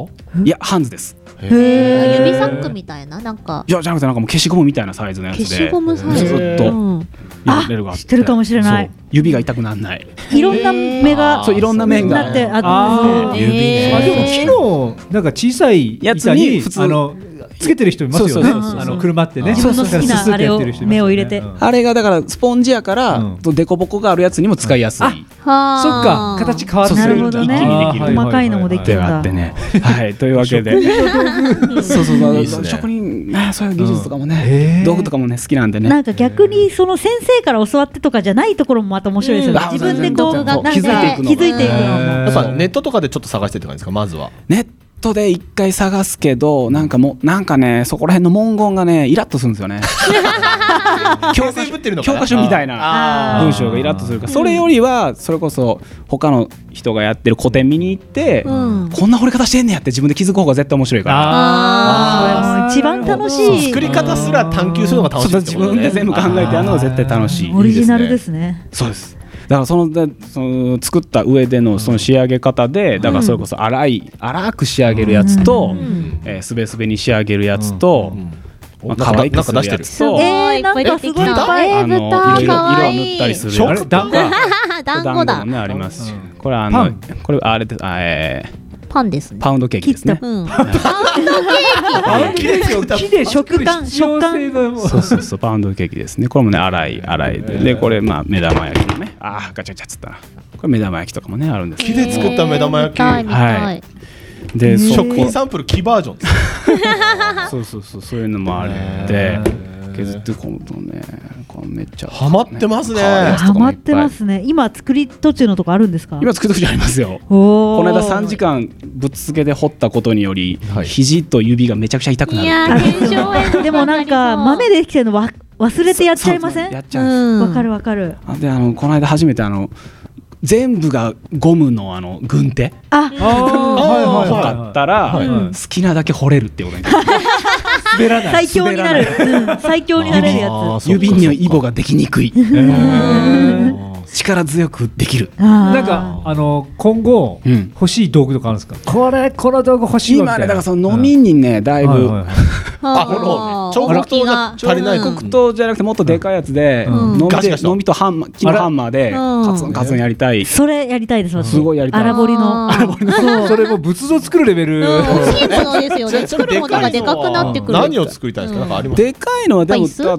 いやハンズですえ指サックみたいななんかいやじゃなくてなんかもう消しゴムみたいなサイズのやつで消しゴムサイズずっとやれるがあって知ってるかもしれない指が痛くならないいろんな目が、そういろんな面がなってああーってあでも木のなんか小さいやつ板にに普通あのつけてる人いますよねそうそうそうそうあの車ってね自分の好きなススってやってる人いますよね入れてあれがだからスポンジやから凸凹があるやつにも使いやすいはそっか形変わっそてうそう一気にできあーるははは手があ ってねはいというわけでそうそうそういいっすね職人ねそういう技術とかもね道具とかもね好きなんでねなんか逆にその先生から教わってとかじゃないところもまた面白いですよね。自分でこうなんか気づいていくのも。やっぱネットとかでちょっと探してって感じですかまず はネットで一回探すけどなんかもうなんかねそこら辺の文言がねイラッとするんですよ ね教科書教科書みたいな文章がイラッとするからそれよりはそれこそ他の人がやってる古典見に行って、うんこんな掘り方してんねやって自分で気づく方が絶対面白いからあーそれも一番楽しい。作り方すら探求するのが楽しいって自ことね分で全部考えてやるのが絶対楽しいオリジナルですね。そうです。だからそのだその作った上でのその仕上げ方で、だからそれこそ粗い粗く仕上げるやつと、えー、すべすべに仕上げるやつと、まあ、可愛くするやつと。えー、なんかすごいいっぱいあのいろいろか色わを塗ったりするあれ団子 団子だもねありますし、これはあのこれあれですあえパンですーねパウンドケーキですね。 うん木で食感食感。そうそうそうパウンドケーキですね。これもね粗い粗いで、でこれまあ目玉焼きもねあーガチャガチャっつったな。これ目玉焼きとかもねあるんですけど。木で作った目玉焼きはい。でそこ食品サンプル木バージョ ンですそうそうそうそういうのもあるんで削ってこむとねこうめっちゃハマってますねハマってますね。今作り途中のとこあるんですか。今作った時あります よおーこの間3時間ぶっつけで掘ったことにより肘と指がめちゃくちゃ痛くなる でもなんか豆できてるのわ忘れてやっちゃいません。やっちゃうんわかるわかる。あであのこの間初めてあの全部がゴムのあの軍手あ、あーかったら好きなだけ掘れるってことに滑らない最強になる。うん最強になれるやつ。指にはイボができにくい力強くできるなんかあの今後欲しい道具とかあるんですかこれこの道具欲しいわみ今たねいなだからその飲みにねだいぶあ彫刻刀が足りない彫刻刀じゃなくてもっとでかいやつでうん飲みガシでガシ飲みとハンマー木のハンマーでうんカツンカツンやりたいそれやりたいです。私すごいやりたい荒彫りの。そうそれも仏像作るレベル欲しいものです よね作るものがでかくなってくる何を作りたいんですかなんかありますでかいのはでもだ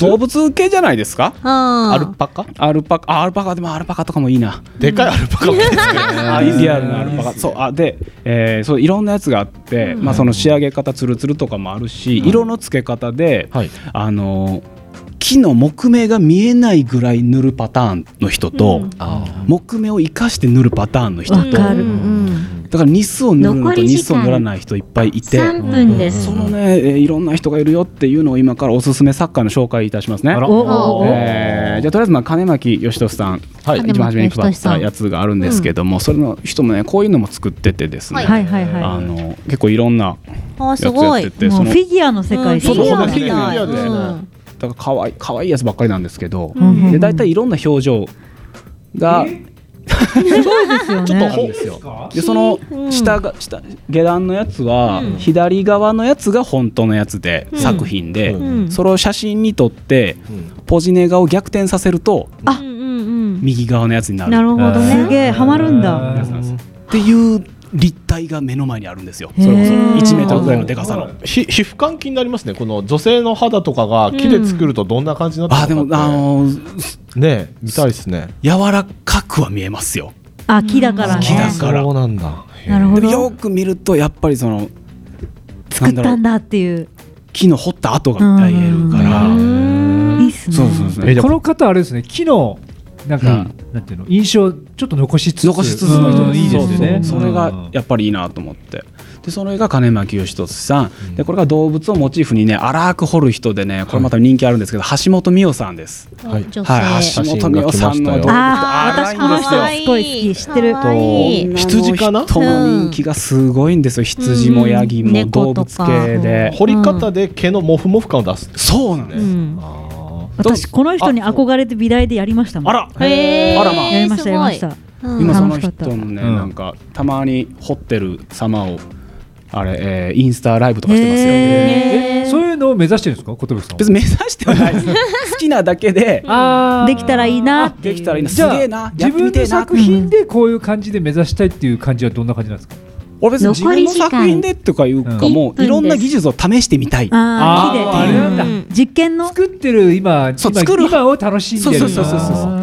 動物系じゃないですかあーアルパカアルパカあアルパカでもアルパカとかもいいなでかいアルパカあリアルなアルパカそうあでえーそういろんなやつがあってまあその仕上げ方ツルツルとかもあるし色の付け方であのー木の木目が見えないぐらい塗るパターンの人と木目を生かして塗るパターンの人とだから日数を塗るのと残り時間日数を塗らない人いっぱいいて3分ですそのね、えーいろんな人がいるよっていうのを今からおすすめ作家の紹介いたしますね。おえーじゃあとりあえずまあ金巻義俊さん、い一番初めに配金巻義俊っさたんやつがあるんですけども、それの人もねこういうのも作っててですね、はいはいはいあの結構いろんなあやつやっててもそうのフィギュアの世界そうそうそうフィギたいュアですね。うんだから可愛い可愛いやつばっかりなんですけど、うんうんうんで大体いろんな表情がそうですよね。ちょっと本ですよ。でその下が下下段のやつは、左側のやつが本当のやつで、うん作品で、うんそれを写真に撮って、ポジネガを逆転させるとあ、うんうん右側のやつにうなる。ん。なるほどね。すげえハマるんだ。っていう立体が目の前にあるんですよ。それこそ1メーターぐらいのでかさの。ひ皮膚換気になりますねこの女性の肌とかが木で作るとどんな感じになってるのかって、ね見たいですね柔らかくは見えますよ。あ木だからね木だから。そうなんだ。なるほどよく見るとやっぱりその作ったんだっていう木の掘った跡が見えるから。いいっすねそうそうそうこの方あれですね木のなんかなんていうの印象ちょっと残しつつ残しつつうの人んいいですねそうそうそれがやっぱりいいなと思ってでそれが金巻義俊さんでこれが動物をモチーフにね荒く掘る人でねこれまた人気あるんですけど橋本美代さんですはい橋女性本美代さんの動物あー私この人荒いんすごい好き知ってる羊かな人の人気がすごいんですよ羊もヤギも動物系で掘り方で毛のモフモフ感を出すそうなんですうん私この人に憧れて美大でやりましたもんあらへーあらまあやりましたやりましたす今その楽しかった人もね、なんかたまに掘ってる様をあれ、えーインスタライブとかしてますよ、えそういうのを目指してるんですか寿さん別に目指しては ないです好きなだけでできたらいいなっていうできたらいいなじゃあすげえなや自ってみ分てえなの作品でこういう感じで目指したいっていう感じはどんな感じなんですか俺別に自分の作品でとかいうかもういろんな技術を試してみたいあー木であれなんだ実験の作ってる今そう今作る今を楽しんでそうるそうそうそうそう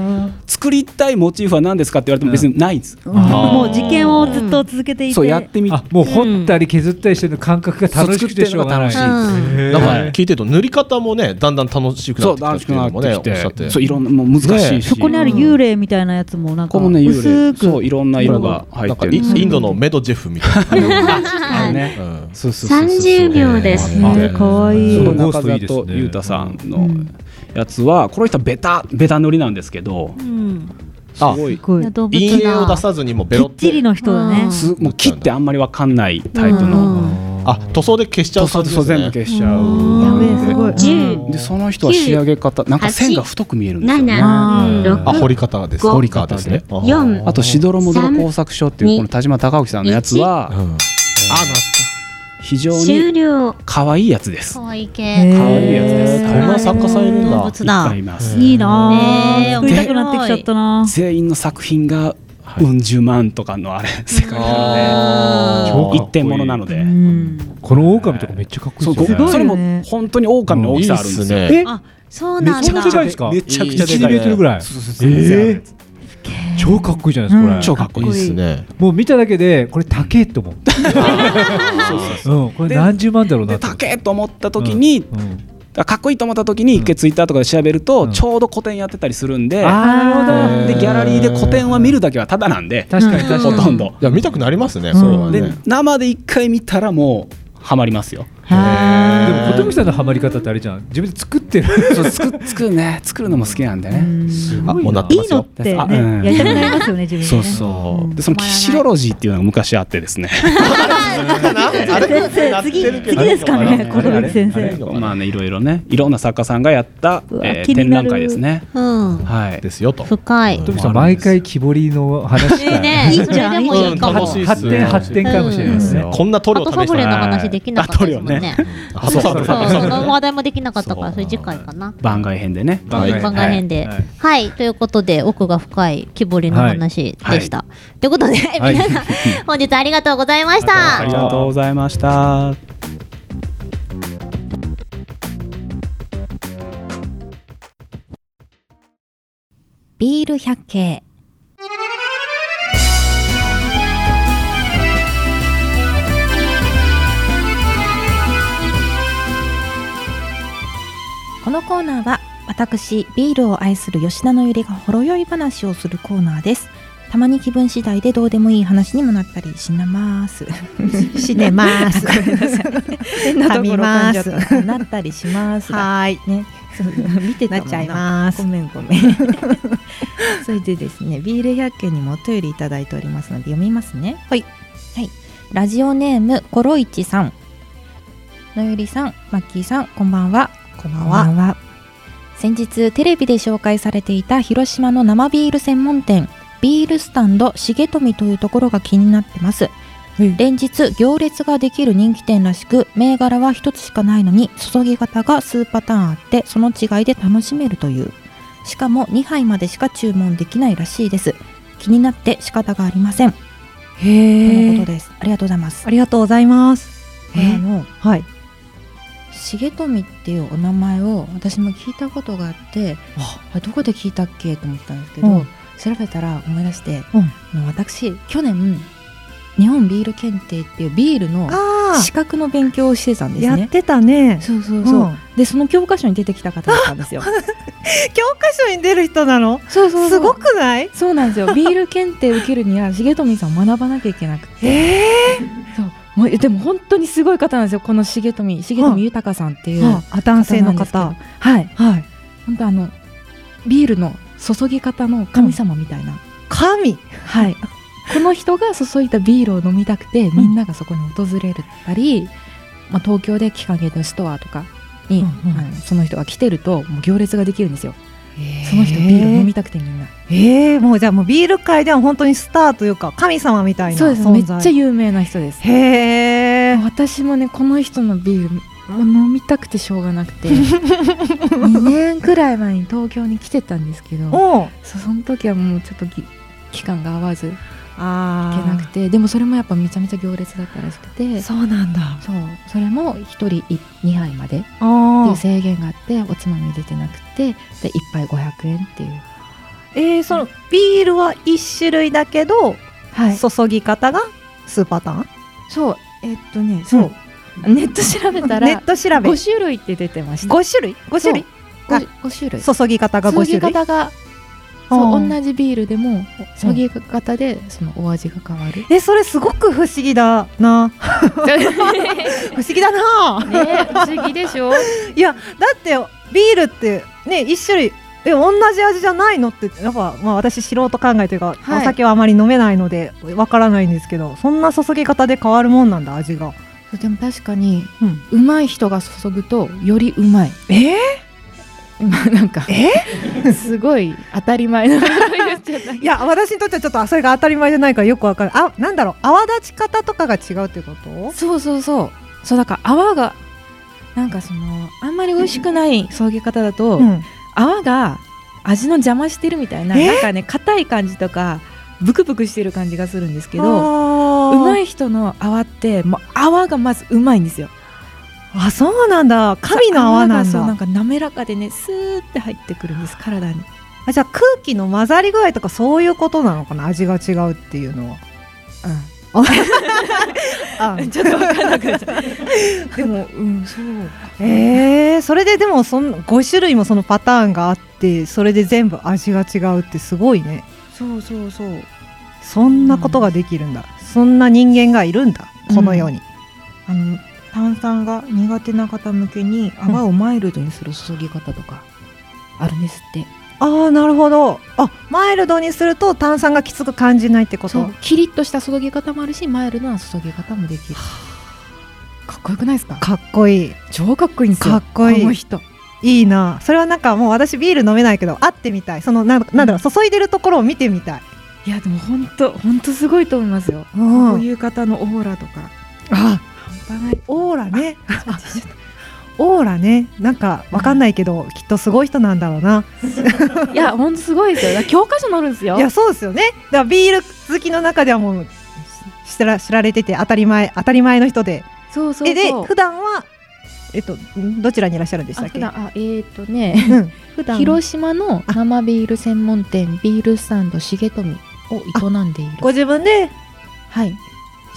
作りたいモチーフは何ですかって言われても別にないんです、もう実験をずっと続けていてそうやってみもう掘ったり削ったりしてる感覚が楽しくてしょうがないそう作ってるのが楽しいですなんか聞いてると塗り方もねだんだん楽しくなってきたっていうのもねそう楽しくなってきておっしゃってそういろんなもう難しいしそこにある幽霊みたいなやつもなんかこのね幽薄霊くそういろんな色が入ってるなんかインインドのメドジェフみたいなあれね、そうそうそうそう30秒ですね。可愛いその中里裕太さんのやつはこの人はベタベタ塗りなんですけど、すごい動物な陰影を出さずにもうベロっきっちりの人だねすもう切ってあんまりわかんないタイプのあ塗装で消しちゃう塗装感でそう全部消しじですねちゃうんやべえうすごい10でその人は仕上げ方なんか線が太く見えるんですよね7 6あ掘り方です5掘り方ですね4あとしどろもどろ工作所っていうこの田島孝之さんのやつは非常終に了。可愛いやつです可愛い系。可愛いやつです。こんな作家さんいるんだ。動物だいっぱいいます。いいなねえあ作りたくなってきちゃったな全員の作品がうん十万とかのあれ世界なので、一点ものなので。この狼とかめっちゃかっこいいそうですよねそれも本当に狼の大きさあるんですよ。えあ、そうなんだ。そんなでかいですかめちゃくちゃでかい1 2メートルぐらいそうそうそうええ超かっこいいじゃないですかこうんれ超かっこいいっすねもう見ただけでこれ高えと思ってうんこれ何十万だろうなで高えと思った時に。あかっこいいと思った時に一回ツイッターとかで調べると、ちょうど個展やってたりするんであーなるほどでギャラリーで個展は見るだけはただなんで確かにほとんどいや見たくなりますねそれはねで生で一回見たらもうハマりますよ。でも小富さんのハマり方ってあれじゃん自分で作ってる そう作作るね作るのも好きなんでね。すごいもうなっていいのってあうんねやりたくなりますよね自分でねそうそう。でそのキシロロジーっていうのが昔あってですね。先生 次次ですかね小鳥先生まあねいろいろねいろんな作家さんがやった、うわえー気展にな覧る会ですね。うん。はい。ですよと。深い。小富さん毎回木彫りの話いいねいいんじゃんいいんじゃんいいかも発展発展発展かもしれないですねこんな塗料ハトサブレの話できなかったですもんね。あそうそうそそううその話題もできなかったから、それ次回かな。 番外編でね。はい番外編で。ははいい、ということで、奥が深い木彫りの話でした。ということで、はい皆 さん、本日ありがとうございました。ありがとうございました。ビール百景このコーナーは私ビールを愛する吉田のゆりがほろ酔い話をするコーナーですたまに気分次第でどうでもいい話にもなったりしなますしねますごめんなさい変なところ噛んじゃった噛みますなったりしますがはいね そう見てたもなんっちゃいますごめんごめん それでですねビール百景にもお便りいただいておりますので読みますねはい、はい、ラジオネームコロイチさんのゆりさんマッキーさんこんばんはこんばんは先日テレビで紹介されていた広島の生ビール専門店ビールスタンド重富というところが気になってます連日行列ができる人気店らしく銘柄は1つしかないのに注ぎ方が数パターンあってその違いで楽しめるというしかも2杯までしか注文できないらしいです気になって仕方がありませんとのことです。ありがとうございます。ありがとうございます。あの、はい。重富っていうお名前を私も聞いたことがあって、あれどこで聞いたっけと思ったんですけど、うん調べたら思い出して、あの私去年日本ビール検定っていうビールの資格の勉強をしてたんですね。やってたね。そうそうそう。うんでその教科書に出てきた方だったん ですよ。 教科書に出る人なのそうそうすごくないそうなん ですよビール検定受けるには重富さんを学ばなきゃいけなく て、そうもうでも本当にすごい方なんですよこの重富重富豊さんっていう、はああ男性の方なんですけどはいはい本当あのビールの注ぎ方の神様みたいな、神はいこの人が注いだビールを飲みたくてみんながそこに訪れたり、まあ、東京で期間限定のストアとかに、あのその人が来てるともう行列ができるんですよ、その人ビール飲みたくてみんなえー、もうじゃあもうビール界では本当にスターというか神様みたいなそう存です在めっちゃ有名な人ですへえ私もねこの人のビールもう飲みたくてしょうがなく て2年くらい前に東京に来てたんですけどそうその時はもうちょっとぎ期間が合わず行あけなくてでもそれもやっぱめちゃめちゃ行列だったらしくてそうなんだそうそれも1人2杯までってあーいう制限があっておつまみ出てなくてで1杯500円っていうえー、そのビールは一種類だけど、注ぎ方が数パターンそうえっとねそう、ネット調べたらネット調べ5種類って出てました5種類5種類そうご種類注ぎ方が5種類注ぎ方がそうあー同じビールでも注ぎ方でそのお味が変わる、えそれすごく不思議だ な不思議だな、ね不思議でしょいやだってビールってね一種類え同じ味じゃないのってやっぱ、まあ、私素人考えというか、はいお酒はあまり飲めないのでわからないんですけどそんな注ぎ方で変わるもんなんだ味がそうでも確かに、うまい人が注ぐとよりうまいえ今なんかえすごい当たり前ないや私にとってはちょっとそれが当たり前じゃないからよくわかるあなんだろう泡立ち方とかが違うってことそうそうそうそうだから泡がなんかそのあんまり美味しくない注ぎ方だと、泡が味の邪魔してるみたいなえなんかね硬い感じとかブクブクしてる感じがするんですけあどーうまい人の泡ってもう泡がまずうまいんですよあそうなんだ神の泡なんそうだなんか滑らかでねスーって入ってくるんです体にあじゃあ空気の混ざり具合とかそういうことなのかな味が違うっていうのはうん ちょっとわかんなくなっちゃ ったでもうんそうえー、それででもそん5種類もそのパターンがあってそれで全部味が違うってすごいねそうそうそうそんなことができるんだ、そんな人間がいるんだこの世に、あの炭酸が苦手な方向けに泡をマイルドにする注ぎ方とかあるんですって、ああなるほどあマイルドにすると炭酸がきつく感じないってことそうキリッとした注ぎ方もあるしマイルドな注ぎ方もできるかっこよくないですかかっこいい超かっこいいんですよかっこいいこの人いいなそれはなんかもう私ビール飲めないけど会ってみたいそのなんなんだろう注いでるところを見てみたいいやでも本当本当すごいと思いますよ、こういう方のオーラとかオーラねオーラねなんかわかんないけど、きっとすごい人なんだろうないや本当す ごいですよだから教科書載るんですよいやそうですよねだからビール好きの中ではもうし知ら知られてて当たり前当たり前の人でそうそうそうえで普段はえっとんどちらにいらっしゃるんでしたっけあ普段あえーっ、とね、うん 普段広島の生ビール専門店ビールスタンド重富を営んでいるご自分ではい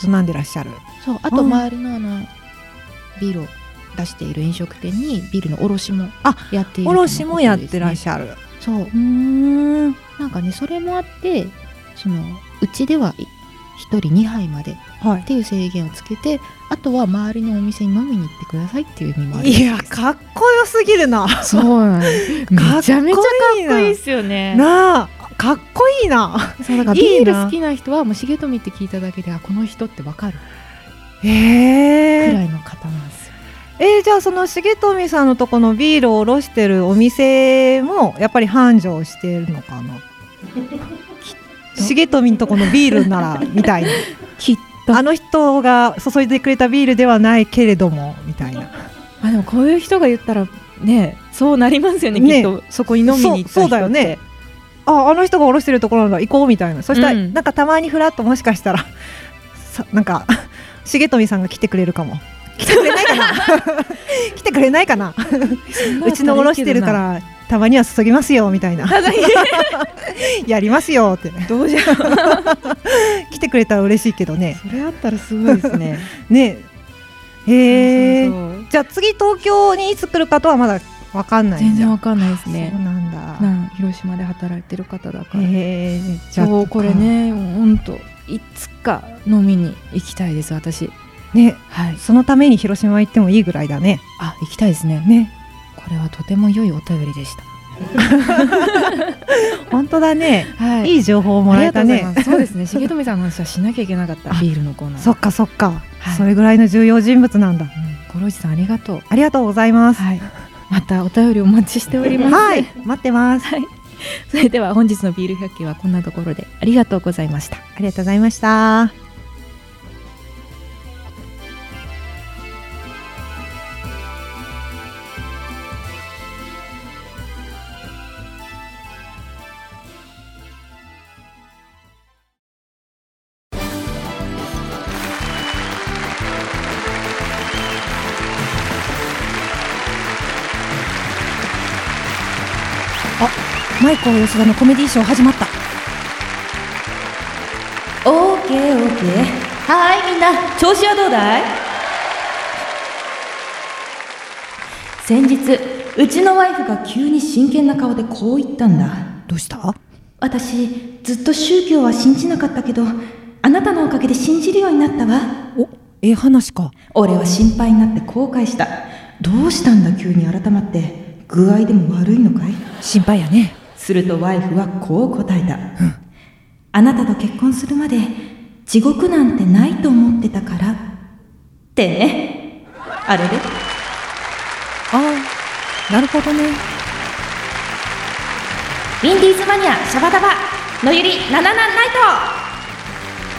営んでらっしゃるそうあと周りのあのビールを出している飲食店にビールの卸もやっているとのことです卸もやってらっしゃるそううんなんかねそれもあってそのうちではい一人2杯までっていう制限をつけて、あとは周りのお店に飲みに行ってくださいっていう意味もあるいやかっこよすぎるなそうなんです めちゃめちゃかっこいいっすよねなあかっこいいなそうだからビール好きな人はもう重富って聞いただけであこの人ってわかるへえくらいの方なんですよえー、じゃあその重富さんのとこのビールを卸してるお店もやっぱり繁盛してるのかな重富のとこのビールならみたいなきっとあの人が注いでくれたビールではないけれどもみたいなまあでもこういう人が言ったらねそうなりますよねきっとそこに飲みに行った人ってそうそうだよねああの人が下ろしてるところなんだ行こうみたいなそしたら、うんなんかたまにふらっともしかしたら さなんか重富さんが来てくれるかも来てくれないかな 来てくれないかなうちの下ろしてるからたまには注ぎますよみたいなやりますよってねどうじゃ 来てくれたら嬉しいけどねそれあったらすごいですね ねへえじゃあ次東京にいつ来るかとはまだわかんない全然わわかんないですね。そうなんだ。広島で働いてる方だから。へじゃあそうこれね、本当いつか飲みに行きたいです私。ね、そのために広島行ってもいいぐらいだねあ行きたいですねねこれはとても良いお便りでした。 本当だね、、はいい情報をもらえたありねがとうございますそうですね。 重富さんの話はしなきゃいけなかった。ビールのコーナー。そっかそっか、それぐらいの重要人物なんだ、五郎一さんありがとう。ありがとうございます、またお便りお待ちしております。はい、待ってます、それでは本日のビール百景はこんなところでありがとうございました。ありがとうございました。あ、マイコー吉田のコメディーショー始まった。オーケーオーケーはーいみんな調子はどうだい先日うちのワイフが急に真剣な顔でこう言ったんだどうした私ずっと宗教は信じなかったけどあなたのおかげで信じるようになったわおええ話か俺は心配になって後悔したどうしたんだ急に改まって具合でも悪いのかい心配やねするとワイフはこう答えた、あなたと結婚するまで地獄なんてないと思ってたからってねあれでああなるほどねウィンディーズマニアシャバダバのゆりナナナナイト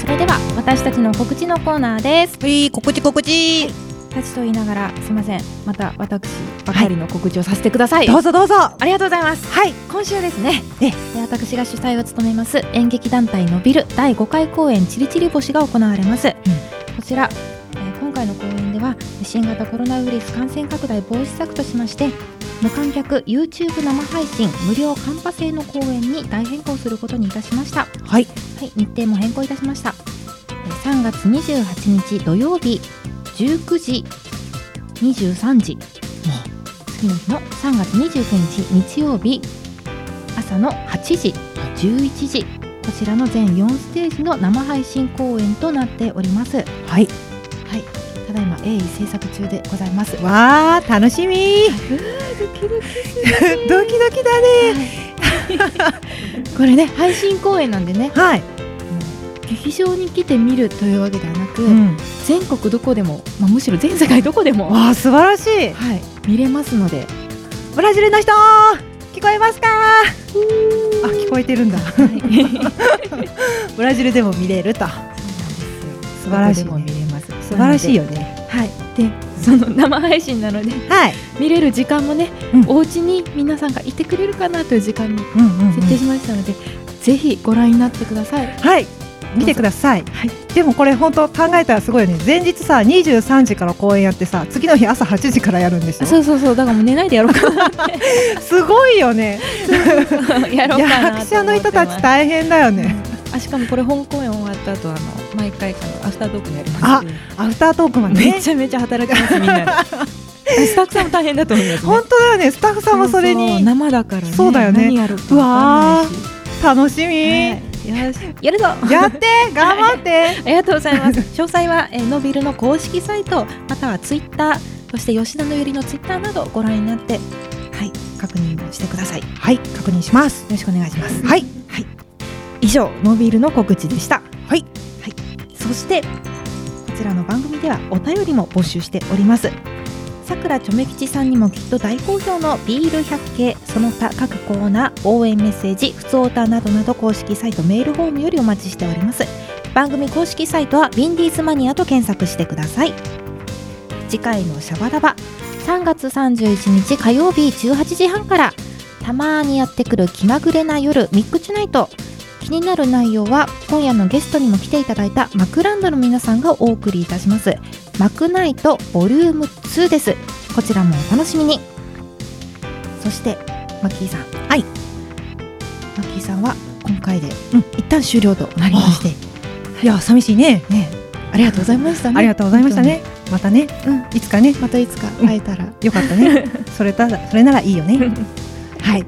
それでは私たちの告知のコーナーです。はい、告知告知。たちと言いながらすいません。また私ばかりの告知をさせてください。どうぞどうぞ。ありがとうございます。はい、今週ですね。え、私が主催を務めます演劇団体のビル第5回公演ちりちり星が行われます。こちら、えー今回の公演では新型コロナウイルス感染拡大防止策としまして。無観客 YouTube 生配信無料カンパ制の公演に大変更することにいたしましたはい、はい、日程も変更いたしましたえー3月28日土曜日19時23時次の日の3月29日日曜日朝の8時11時こちらの全4ステージの生配信公演となっておりますはいはいただいま鋭意制作中でございますわあ楽しみ ドキドキだね、 これね配信公演なんでねはい劇場に来て見るというわけではなく、うん全国どこでも、まあ、むしろ全世界どこでもわあ素晴らしい、はい、見れますのでブラジルの人聞こえますかあ聞こえてるんだ、ブラジルでも見れると素晴らしい、どこでも見れます素晴らしいよねはいでその生配信なので、見れる時間もね、お家に皆さんがいてくれるかなという時間に設定しましたので、ぜひご覧になってくださいはい見てください、でもこれ本当考えたらすごいよね前日さ23時から公演やってさ次の日朝8時からやるんですよそうそうそうだからもう寝ないでやろうかな すごいよね やろうかな役者の人たち大変だよねあしかもこれ本公演終わった後あの毎回あのアフタートークもやりますあアフタートークまで、ね、めちゃめちゃ働きますみんなでスタッフさんも大変だと思います、ね、本当だよねスタッフさんもそれそにうそう生だからねそうだよね何やるかうわー楽しみ、 よしやるぞやって頑張ってありがとうございます詳細は、えー、ノビルの公式サイトまたはツイッターそして吉田のゆりのツイッターなどご覧になってはい確認をしてくださいはい確認しますよろしくお願いしますはい、はい、以上ノビルの告知でしたはい、はい、そしてこちらの番組ではお便りも募集しておりますさくらちょめ吉さんにもきっと大好評のビール百景その他各コーナー応援メッセージ普通オーターなどなど公式サイトメールフォームよりお待ちしております番組公式サイトは「ビンディーズマニア」と検索してください次回の「シャバダバ」3月31日火曜日18時半からたまーにやってくる気まぐれな夜ミックチュナイト気になる内容は今夜のゲストにも来ていただいたマクランドの皆さんがお送りいたしますマクナイトボリューム2ですこちらもお楽しみにそしてマッキーさんはいマッキーさんは今回で、一旦終了となりましていや寂しいねねありがとうございましたねありがとうございましたねまたね、いつかねまたいつか会えたら、よかったね それただそれならいいよねはい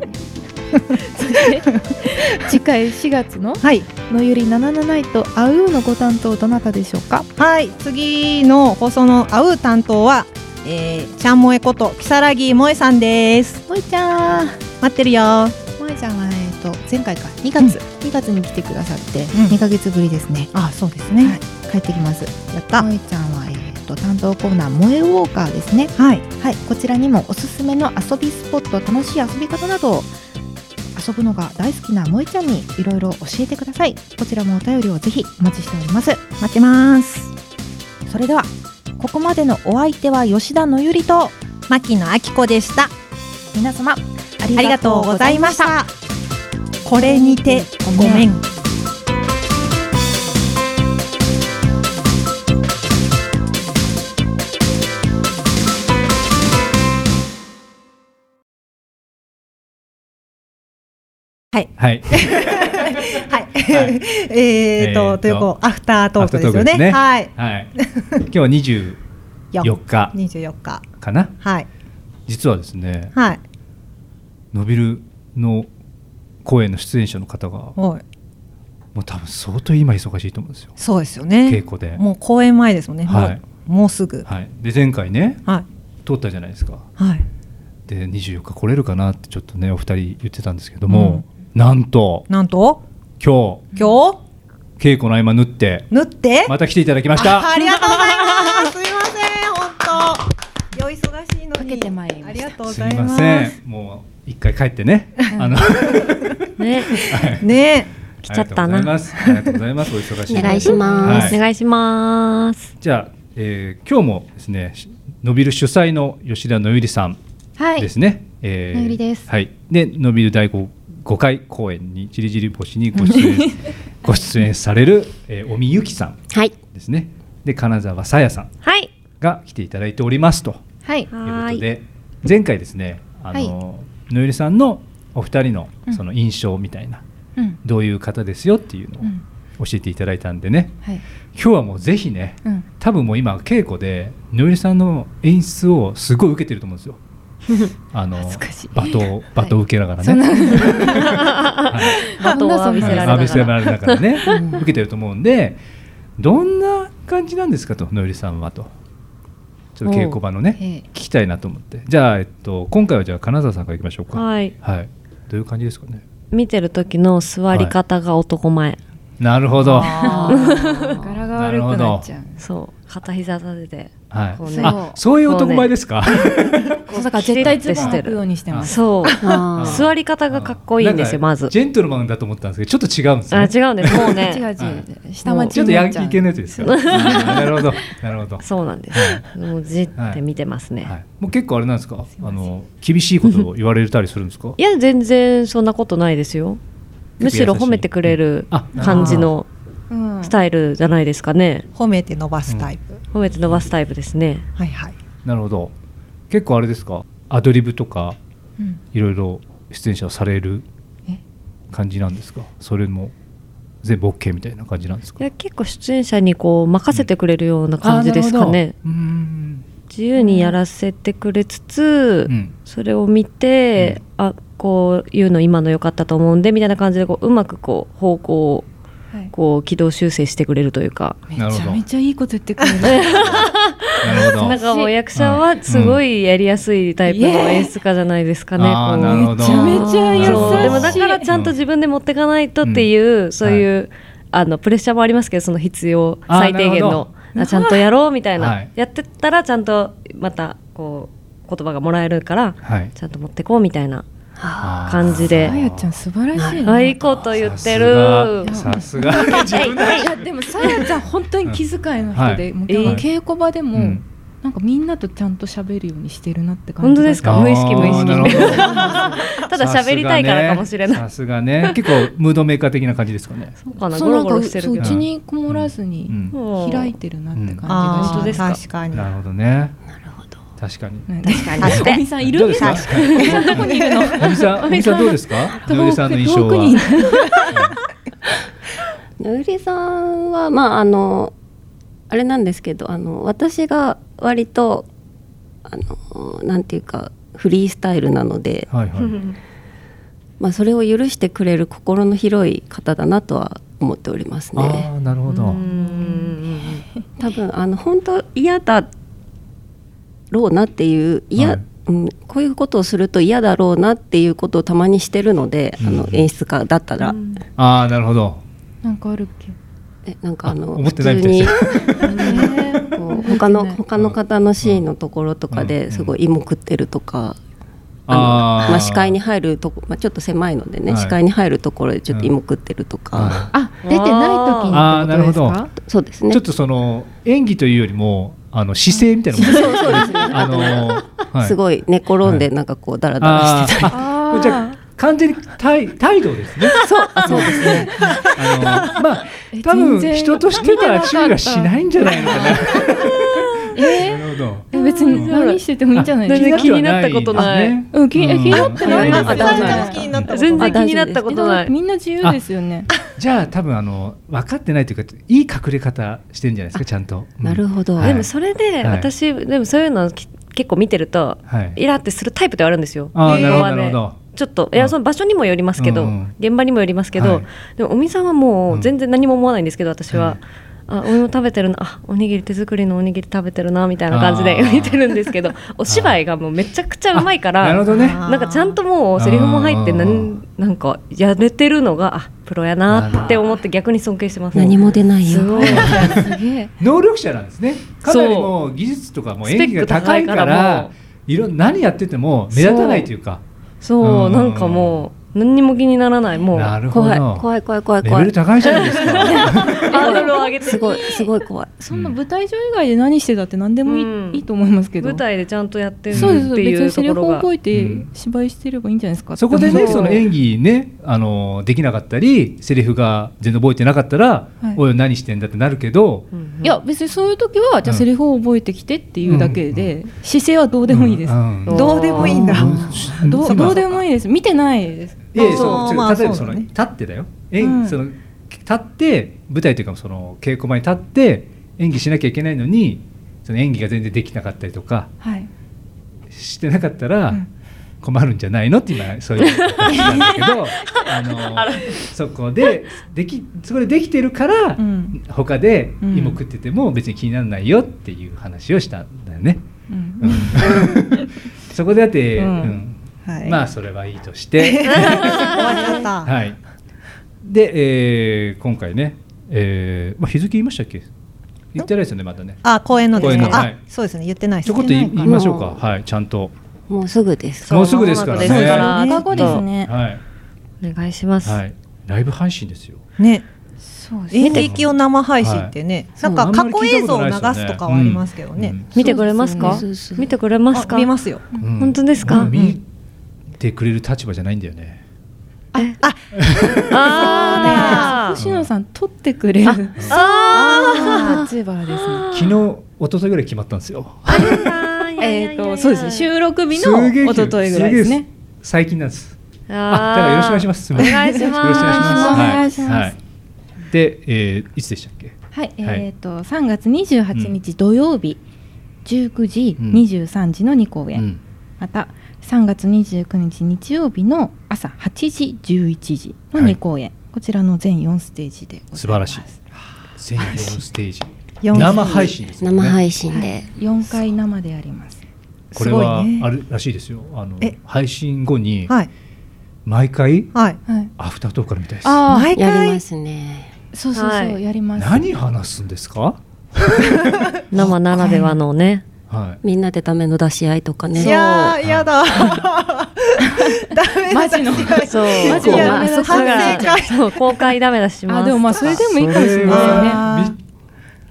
次回4月の「のゆり77イトあう」のご担当どなたでしょうかはい次の放送の会う担当は、えー、ちゃんもえこと木更木萌えさんです萌えちゃん待ってるよ萌えちゃんは、えー、と前回か2月、2月に来てくださって2か月ぶりですね、あそうですね、はい帰ってきますやった萌えちゃんは、えー、と担当コーナー「萌えウォーカー」ですねはい、はい、こちらにもおすすめの遊びスポット楽しい遊び方などを遊ぶのが大好きな萌えちゃんにいろいろ教えてくださいこちらもお便りをぜひお待ちしております待ってますそれではここまでのお相手は吉田のゆりと牧野明子でした皆様あありりががととううごござざいいままししたたこれにてごめ んはいはい。はい、ええーと、ーとというこうアフタートークですよね。はい、はい。今日は二十四日二十四日。かな。はい、実はですね、はい、ノビルの公演の出演者の方が、もはいう多分相当今忙しいと思うんですよ。そうですよね。稽古でもう公演前ですもんね。もうはい。もうすぐ。はい。で前回ね、は通ったじゃないですか。はい。で二十四日来れるかなってちょっとねお二人言ってたんですけども、なんとなんと今日今日稽古の合間縫って縫って。また来ていただきました。あありがとうございます。すみません、本当。よ忙しいのに。ありがとうごすざいみま。ますせん。もう一回帰ってね。あの。 ね。ね。来ちゃったな。ありがとうございます。ありがとうございます。お忙しいお中願いします。はお願いします。じゃあ、えー今日もですね、しのびる主催の吉田のゆりさんはいですね。えのゆりですはい。で、のびる第五5回公演にじりじり星にご 出演ご出演される、えー、尾身ゆきさんですね。で、金沢さやさんはい。が来ていただいておりますと。はいということで前回ですねあの、のゆりさんのお二人のうんその印象みたいな、うんどういう方ですよっていうのをうん教えていただいたんでね、はい今日はもうぜひねうん多分もう今稽古でのゆりさんの演出をすごい受けてると思うんですよ。あの罵倒罵倒受けながらね、そんなはい罵倒を浴びせられながら浴びせられながらね受けてると思うんでどんな感じなんですかとのゆりさんはとちょっと稽古場のね、ええ聞きたいなと思ってじゃあ、えっと、今回はじゃあ金沢さんからいきましょうかはいどういう感じですかね見てる時の座り方が男前。なるほど 柄が悪くなっちゃうそう片膝立ててはいこうねあそういう男前ですかこうねだから絶対ズボン履くようにしてますそうあー座り方がかっこいいんですよなんかまずジェントルマンだと思ったんですけどちょっと違うんですあね違うんですもうね違う違うはい下町ちょっとヤンキー系のや つですよあー なるほどなるほどそうなんです、もうじって見てますね、いもう結構あれなんですかあの厳しいことを言われたりするんですかや全然そんなことないですよむしろ褒めてくれる感じのうんスタイルじゃないですかね、褒めて伸ばすタイプ。褒めて伸ばすタイプですねはいはい。なるほど結構あれですかアドリブとかうんいろいろ出演者をされる感じなんですかそれも全部 OK みたいな感じなんですいかや結構出演者にこう任せてくれるような感じですかね、自由にやらせてくれつつ、それを見て、あこういうの今の良かったと思うんでみたいな感じでこううまくこう方向をはいこう軌道修正してくれるというか、なるほどめっちゃいいこと言ってくれるなるほ どなんかもう役者はすごいやりやすいタイプの演出家じゃないですかね。うんあこーうなるほどめちゃめちゃ優しいそうでもだからちゃんと自分で持っていかないとっていう、そういう、あのプレッシャーもありますけどその必要あー最低限なるほのあちゃんとやろうみたいな、はいやってったらちゃんとまたこう言葉がもらえるから、はいちゃんと持ってこうみたいな感じで。あやちゃん素晴らしいねあいいこと言ってる。さすがさすが自 分いやでもさやちゃん本当に気遣いの人で、うんもうはい今日稽古場でも、うんなんかみんなとちゃんと喋るようにしてるなって感じ本当ですか無意識無意識なるほど ただ喋りたいからかもしれないさすがねさすがね結構ムードメーカー的な感じですかねそうかなそうなんゴロかゴロしてるそうけうどちにこもらずにうん開いてるなって感じがしあますー、確かになるほどね確かに確かに確かおにみさんいるどうですか確かにそんなとこにいるのおみさんおみさんどうですか遠くのりさんの印象は遠くにいるうりさんはまああのあれなんですけどあの私が割とあのなんていうかフリースタイルなので、はいはいまあ、それを許してくれる心の広い方だなとは思っておりますね。ああなるほど多分あの本当嫌だろうなっていう嫌、うん、こういうことをすると嫌だろうなっていうことをたまにしてるので、あの演出家だったら、ああなるほどなんかあるっけえなんかあの思ってないみたいです 普通にこう他の他の方のシーンのところとかですごい芋食ってるとか。あのあーまあ、視界に入るとこ、まあ、ちょっと狭いのでね、はい視界に入るところでちょっと芋食ってるとか、あ出てない時にああっなてることですほどかそうですねちょっとその演技というよりもあの姿勢みたいなもんそうそうですねあのはいすごい寝転んでなんかこうダラダラしてたり、あーじゃあ完全に態態度ですね。そうあそうですね。あのまあ多分人としては注意はしないんじゃないのかな。えなるほ ど。ー、別に何しててもいいんじゃない全然気になったことない。うん気に気になってないあ大丈夫です気になったことない全然気になったことない。みんな自由ですよね。じゃあ多分あの分かってないというかいい隠れ方してるんじゃないですかちゃんと。なるほどはいでもそれではい私、でもそういうのき結構見てると、はいイラってするタイプではあるんですよ。あーなる今ほどまでなるほどちょっといやその場所にもよりますけど、うん現場にもよりますけど、はいでもおみさんはもう全然何も思わないんですけど私は。あお芋食べてるなあおにぎり手作りのおにぎり食べてるなみたいな感じであー見てるんですけ どお芝居がもうめちゃくちゃうまいからあなるほどねなんかちゃんともうセリフも入ってなんなんかやれてるのがあプロやなって思って逆に尊敬してます何も出ないよすごい能力者なんですね。かなりもう技術とかもう演技が高いかスペック高いかららもいろんな何やってても目立たないというか。そううんなんかもう何にも気にならないもなるうほど怖い怖い怖い怖いレベル高いじゃないですか。 ハードルを上げてすごいすごい怖いそんな舞台上以外で何してたって何でもいい,、いいと思いますけど。舞台でちゃんとやってるそうですっ別ていにうとセこリフろをが覚えて芝居してればいいんじゃないですか。そこでね、うその演技ね、あのできなかったり、セリフが全然覚えてなかったら、はいおい何してんだってなるけど、いや別にそういう時はじゃあセリフを覚えてきてっていうだけで、姿勢はどうでもいいです、うんうんどうでもいいんだどそううかどうでもいいです見てないですええ、そう、違う例えばその立ってだよ。演技その立って舞台というかその稽古場に立って演技しなきゃいけないのに、その演技が全然できなかったりとかはいしてなかったら困るんじゃないのって今そういう話なんだけど、あのそこでできそこでできてるからうん他で芋食ってても別に気にならないよっていう話をしたんだよね。うんそこでだって、うんうんはいまあそれはいいとして、わっちゃった はい、で、えー今回ね、えーまあ、日付言いましたっけ言ってないですよねまだねあ公演のですね公演のはあいそうですね言ってないちょこっと言い言いましょうか、はい、ちゃんともうすぐですもうすぐですからねそう間もなくですからはいお願いします、はい、ライブ配信ですよねそうですね演劇を生配信ってね、はいなんそうかあん過ま去り聞映いた像こをと流ないですよねすとかはありますけどね、見てくれますかそうで見てくれますかあ見ますようん本当ですか、うん見てくれる立場じゃないんだよねあ星野さん撮ってくれるあ立場ですね昨日一昨日ぐらい決まったんですよえっとそうですね収録日の一昨日ぐらいですね最近なんですあーあだからよろしくお願いしますすみませんお願いしますよろくお願いしますお願いしますはいはいで、えーいつでしたっけはい、はいえっ、と3月28日土曜日、19時うん23時の2公演、うんまた3月29日日曜日の朝8時11時の2公演、こちらの全4ステージで素晴らしい全4ステージ四生配信ですもんね信で、 4回生でありますこれはあるらしいですよあのえ配信後にはい毎回はいはいアフタートークからみたいですあー毎回やりますねそうそうそう、はいやります何話すんですか生ならではのね、はみんなでダメの出し合いとかねいやー やだダメマジのそうマジのダメ出し反省会そう公開ダメ出しますあでもまあそれでもいいかもしれないよねね。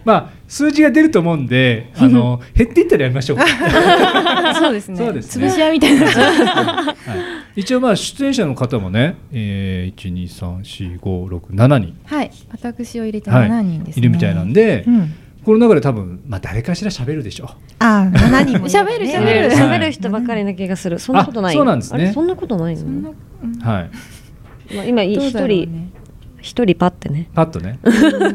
まあ数字が出ると思うんで、あの減っていったらやりましょう。 そうですね。そうですね潰し合いみたい な。一応まあ出演者の方もね、えー、一二三四五六七人、はい、私を入れてはい7人です、ねいるみたいなんで、うんこの中で多分まあ誰かしら喋るでしょあ7人もいる 喋る喋るは喋いる人ばっかりな気がするそんなことないあそうなんですねあれそんなことないのう。はい。まあ今いどう一だろう人一人パってねパッと ね。う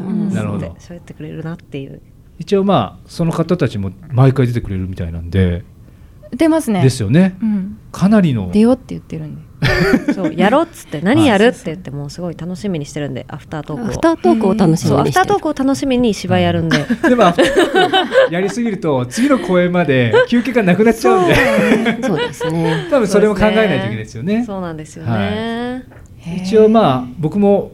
んなるほそうどで。そうやってくれるなっていう一応まあその方たちも毎回出てくれるみたいなんで、出ますね。ですよねうん。かなりの 出ようって言ってるんで。そうやろうっ つって何やるって言ってもうすごい楽しみにしてるんでアフタートークをアフタートークを楽しみにしてるそうアフタートークを楽しみに芝居やるんででもアフタートー クやりすぎると次の公演まで休憩がなくなっちゃうんで。そうですね 多分それも考えないといけないですよね。そうなんですよはね一応まあ僕も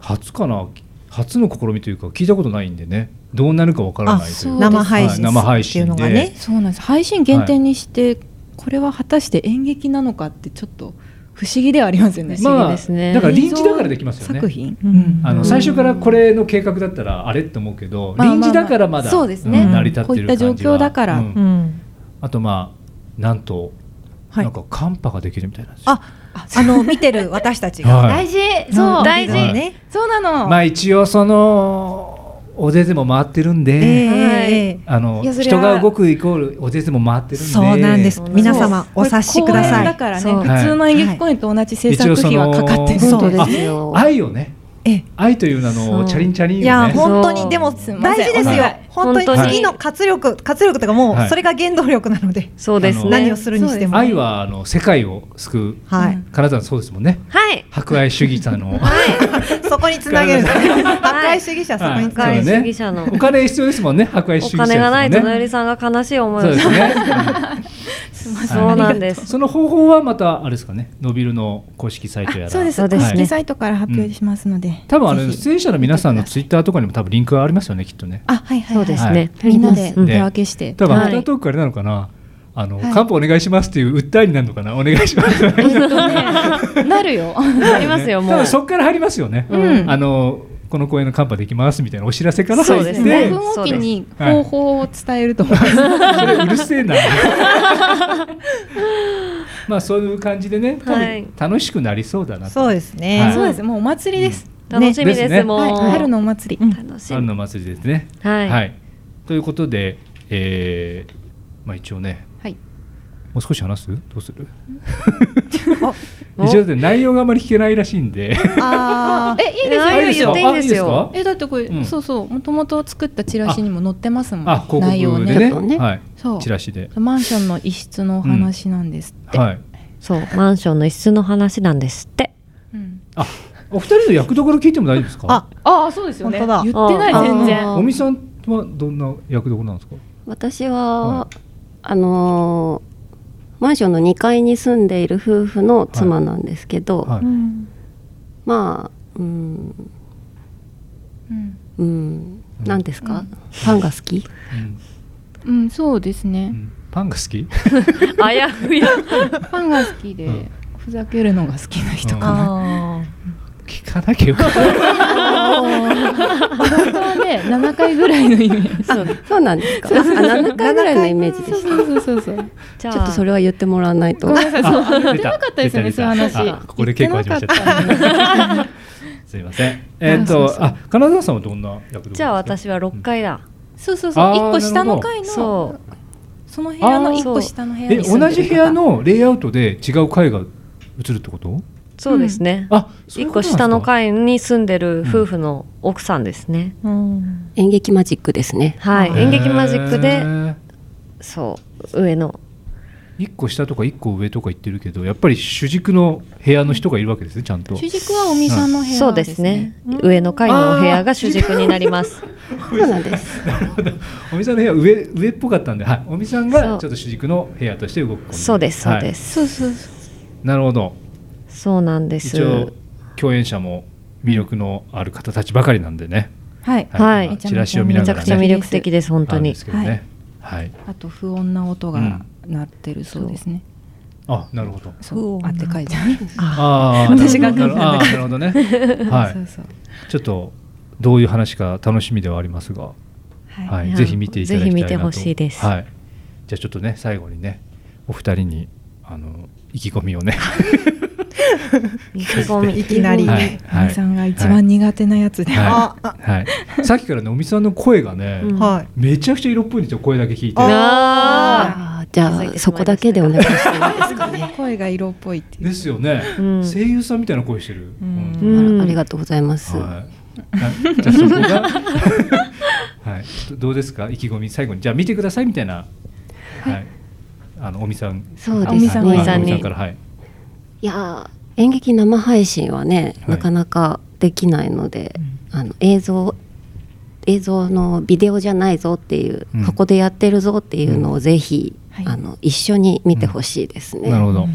初かな初の試みというか聞いたことないんでねどうなるかわからないというあそうです生配信はい生配信でそうなんです。配信限定にして、これは果たして演劇なのかってちょっと不思議ではありますよね。まあ、だから臨時だからできますよね。作品。あの最初からこれの計画だったらあれって思うけど、まあまあ臨時だからまだ、そうですねん成り立ってる感じはこういった状況だからうんうん あとまあなんと、なんか寒波ができるみたいなんですよああの見てる 私たちが、はい大事。そう。大事ね。そうなの。まあ一応そのお出でも回ってるんで、ええあのいやそれは人が動くイコールお出でも回ってるんでそうなんです皆様これお察しください公演だからね、そう普通の演劇公演と同じ制作費はかかってる。一応そのあ愛をね愛という名そうのチャリンチャリンをいねや本当にでもすいま大せん事ですよはい本当本に当に次の活力、活力というかもはういそれが原動力なので、そうですね何をするにしても愛はあの世界を救う、はい金沢そうですもんねはい博愛主義 者のそこにつなげる 破壊主義者そこにつなはいそうげる、だね主義者のお金必要ですもんね博愛主お義者ですもんね金がないとのよりさんが悲しい思いをそうですねすいませんそうなんですその方法はまたあれですかね伸びるの公式サイトやらそうです。公式サイトから発表しますので。多分あれぜひ出演者の皆さんのツイッターとかにも多分リンクがありますよねきっとねあ、はいはい。そうですねみんなでうん手分けして。多分アはフターいトークあれなのかなあのはい漢方お願いしますっていう訴えになるのかなお願いしますなる よ。 ありますよも多う分そこから入りますよね、うんあのこの公演のカンパできますみたいなお知らせからそ入うってですね。5分おきに方法を伝えると思います。 それうるせえなまあそういう感じでね多はい分楽しくなりそうだなとそうですねはいそうです。もうお祭りです。うん楽しみですですねもうはい春のお祭り。楽春の祭りですねはいということでえーまあ一応ねはい。もう少し話すどうする 一応で内容があまり聞けないらしいんでああ、え、いいですよ。あいいですよ言っていいですよあいいですかえ、だってこれ、うんそうそう、もともと作ったチラシにも載ってますもん。あ広内容告でねはいそう。チラシでマンションの一室のお話なんですって。はいそうマンションの一室の話なんですって お二人の役どころ聞いても大丈夫ですかあああ、そうですよね。本当だ言ってない、あ全然。おみさんはどんな役どころなんですか私は、あのーマンションの2階に住んでいる夫婦の妻なんですけど、はいうんまあうんうんうん何ですか、うんパンが好きうん、そうですね。 パンが好きあやふや。パンが好きで、ふざけるのが好きな人かな。聞かなきゃよかっ 本当はね、7回ぐらいのイメージ。あそうなんですかそうそうあ7回ぐらいのイメージでしたそうそうそうそう。ちょっとそれは言ってもらわないとごめんなさい そうあ言ってなかったですよね出た出たそういう話あここで稽古始まっちゃっ た言ってなかったすいませんえーっそうとそうそうあ金沢さんはどんな役どころじゃあ私は六階だそうそうそうあー一個下のなるほど階のそその部屋の一個下の部屋えに住んで同るじ部屋のレイアウトで違う階が映るってことうそうですねあ一個下の階に住んでる夫婦の奥さんですね演劇マジックですねはい演劇マジックへでーそう上の一個下とか一個上とか言ってるけどやっぱり主軸の部屋の人がいるわけですねちゃんと主軸はおみさんの部そ屋うでですすねね上の階のお部屋が主軸になり ますそうなんですおみさんの部屋上上っぽかったんで、はい、おみさんがちょっと主軸の部屋として動くそうですそうではいす、そうそうそうなるほどそうなんです一応共演者も魅力のある方たちばかりなんでねはいはいめちゃチラシを見ながらねめちゃくちゃ魅力的です本当にあるんですけどねはいあと不穏な音が鳴ってるそうですね。あなるほどそうあって書いてある。あー私が書いてなるほどああーなるるほどね はそうそういちょっとどういう話か楽しみではありますがはいはいいやぜひ見ていただきたいなとぜひ見てほしいですはいじゃあちょっとね最後にねお二人にあの意気込みを ね意気込みいきなり、はいはいみさんが一番苦手なやつで、はあい、はい、さっきからねおみさんの声がね、うんはめちゃくちゃ色っぽいんですよ声だけ聞いてあーじゃあそこだけでお願いします 声が色っぽいっていう。ですよね、声優さんみたいな声し てる、ありがとうございます、はい、なじゃあそこが はいどどうですか意気込み最後にじゃあ見てくださいみたいなはい、あのおみさんそうですねはいおみさんにはいおみさんからはいいやー演劇生配信はね、なかなかできないので、あの映像映像のビデオじゃないぞっていう、うんここでやってるぞっていうのをぜひ、あの一緒に見てほしいですね、なるほど、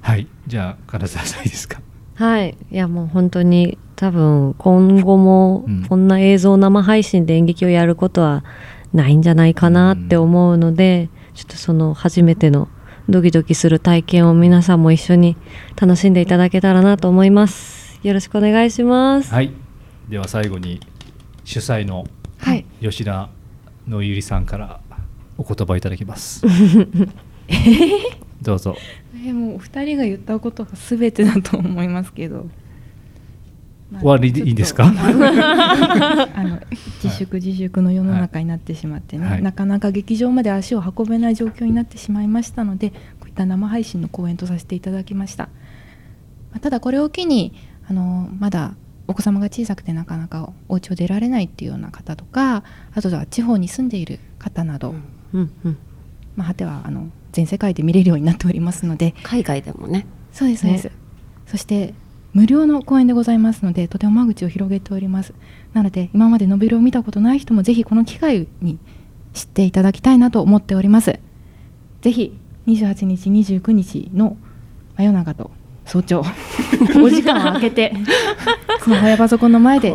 はいじゃあ唐沢さんいいですかはいいやもう本当に多分今後もこんな映像生配信で演劇をやることはないんじゃないかなって思うので、ちょっとその初めてのドキドキする体験を皆さんも一緒に楽しんでいただけたらなと思いますよろしくお願いしますはいでは最後に主催の吉田のゆりさんからお言葉いただきます、どうぞえもうお二人が言ったことが全てだと思いますけど。まあ 終わりでいいですかちょっとあ の自粛自粛の世の中になってしまってね、はいなかなか劇場まで足を運べない状況になってしまいましたのでこういった生配信の公演とさせていただきました、まあただこれを機にあのまだお子様が小さくてなかなかお家を出られないっていうような方とかあとは地方に住んでいる方など、うんうんまあ、果てはあの全世界で見れるようになっておりますので海外でもねそうですそうです、ねそして無料の公演でございますのでとても間口を広げておりますなので今までノベルを見たことない人もぜひこの機会に知っていただきたいなと思っておりますぜひ28日29日の真夜中と早朝お時間を空け て スマホやパソコンの前で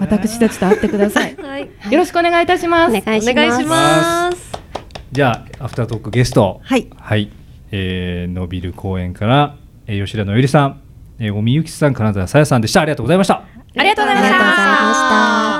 私たちと会ってください、よろしくお願いいたしますお願いしますお願いしますじゃあアフタートークゲストはい、えー、伸びる公演から、えー吉田のゆりさん、えー、尾身ゆきさん金沢さやさんでしたありがとうございましたありがとうございました。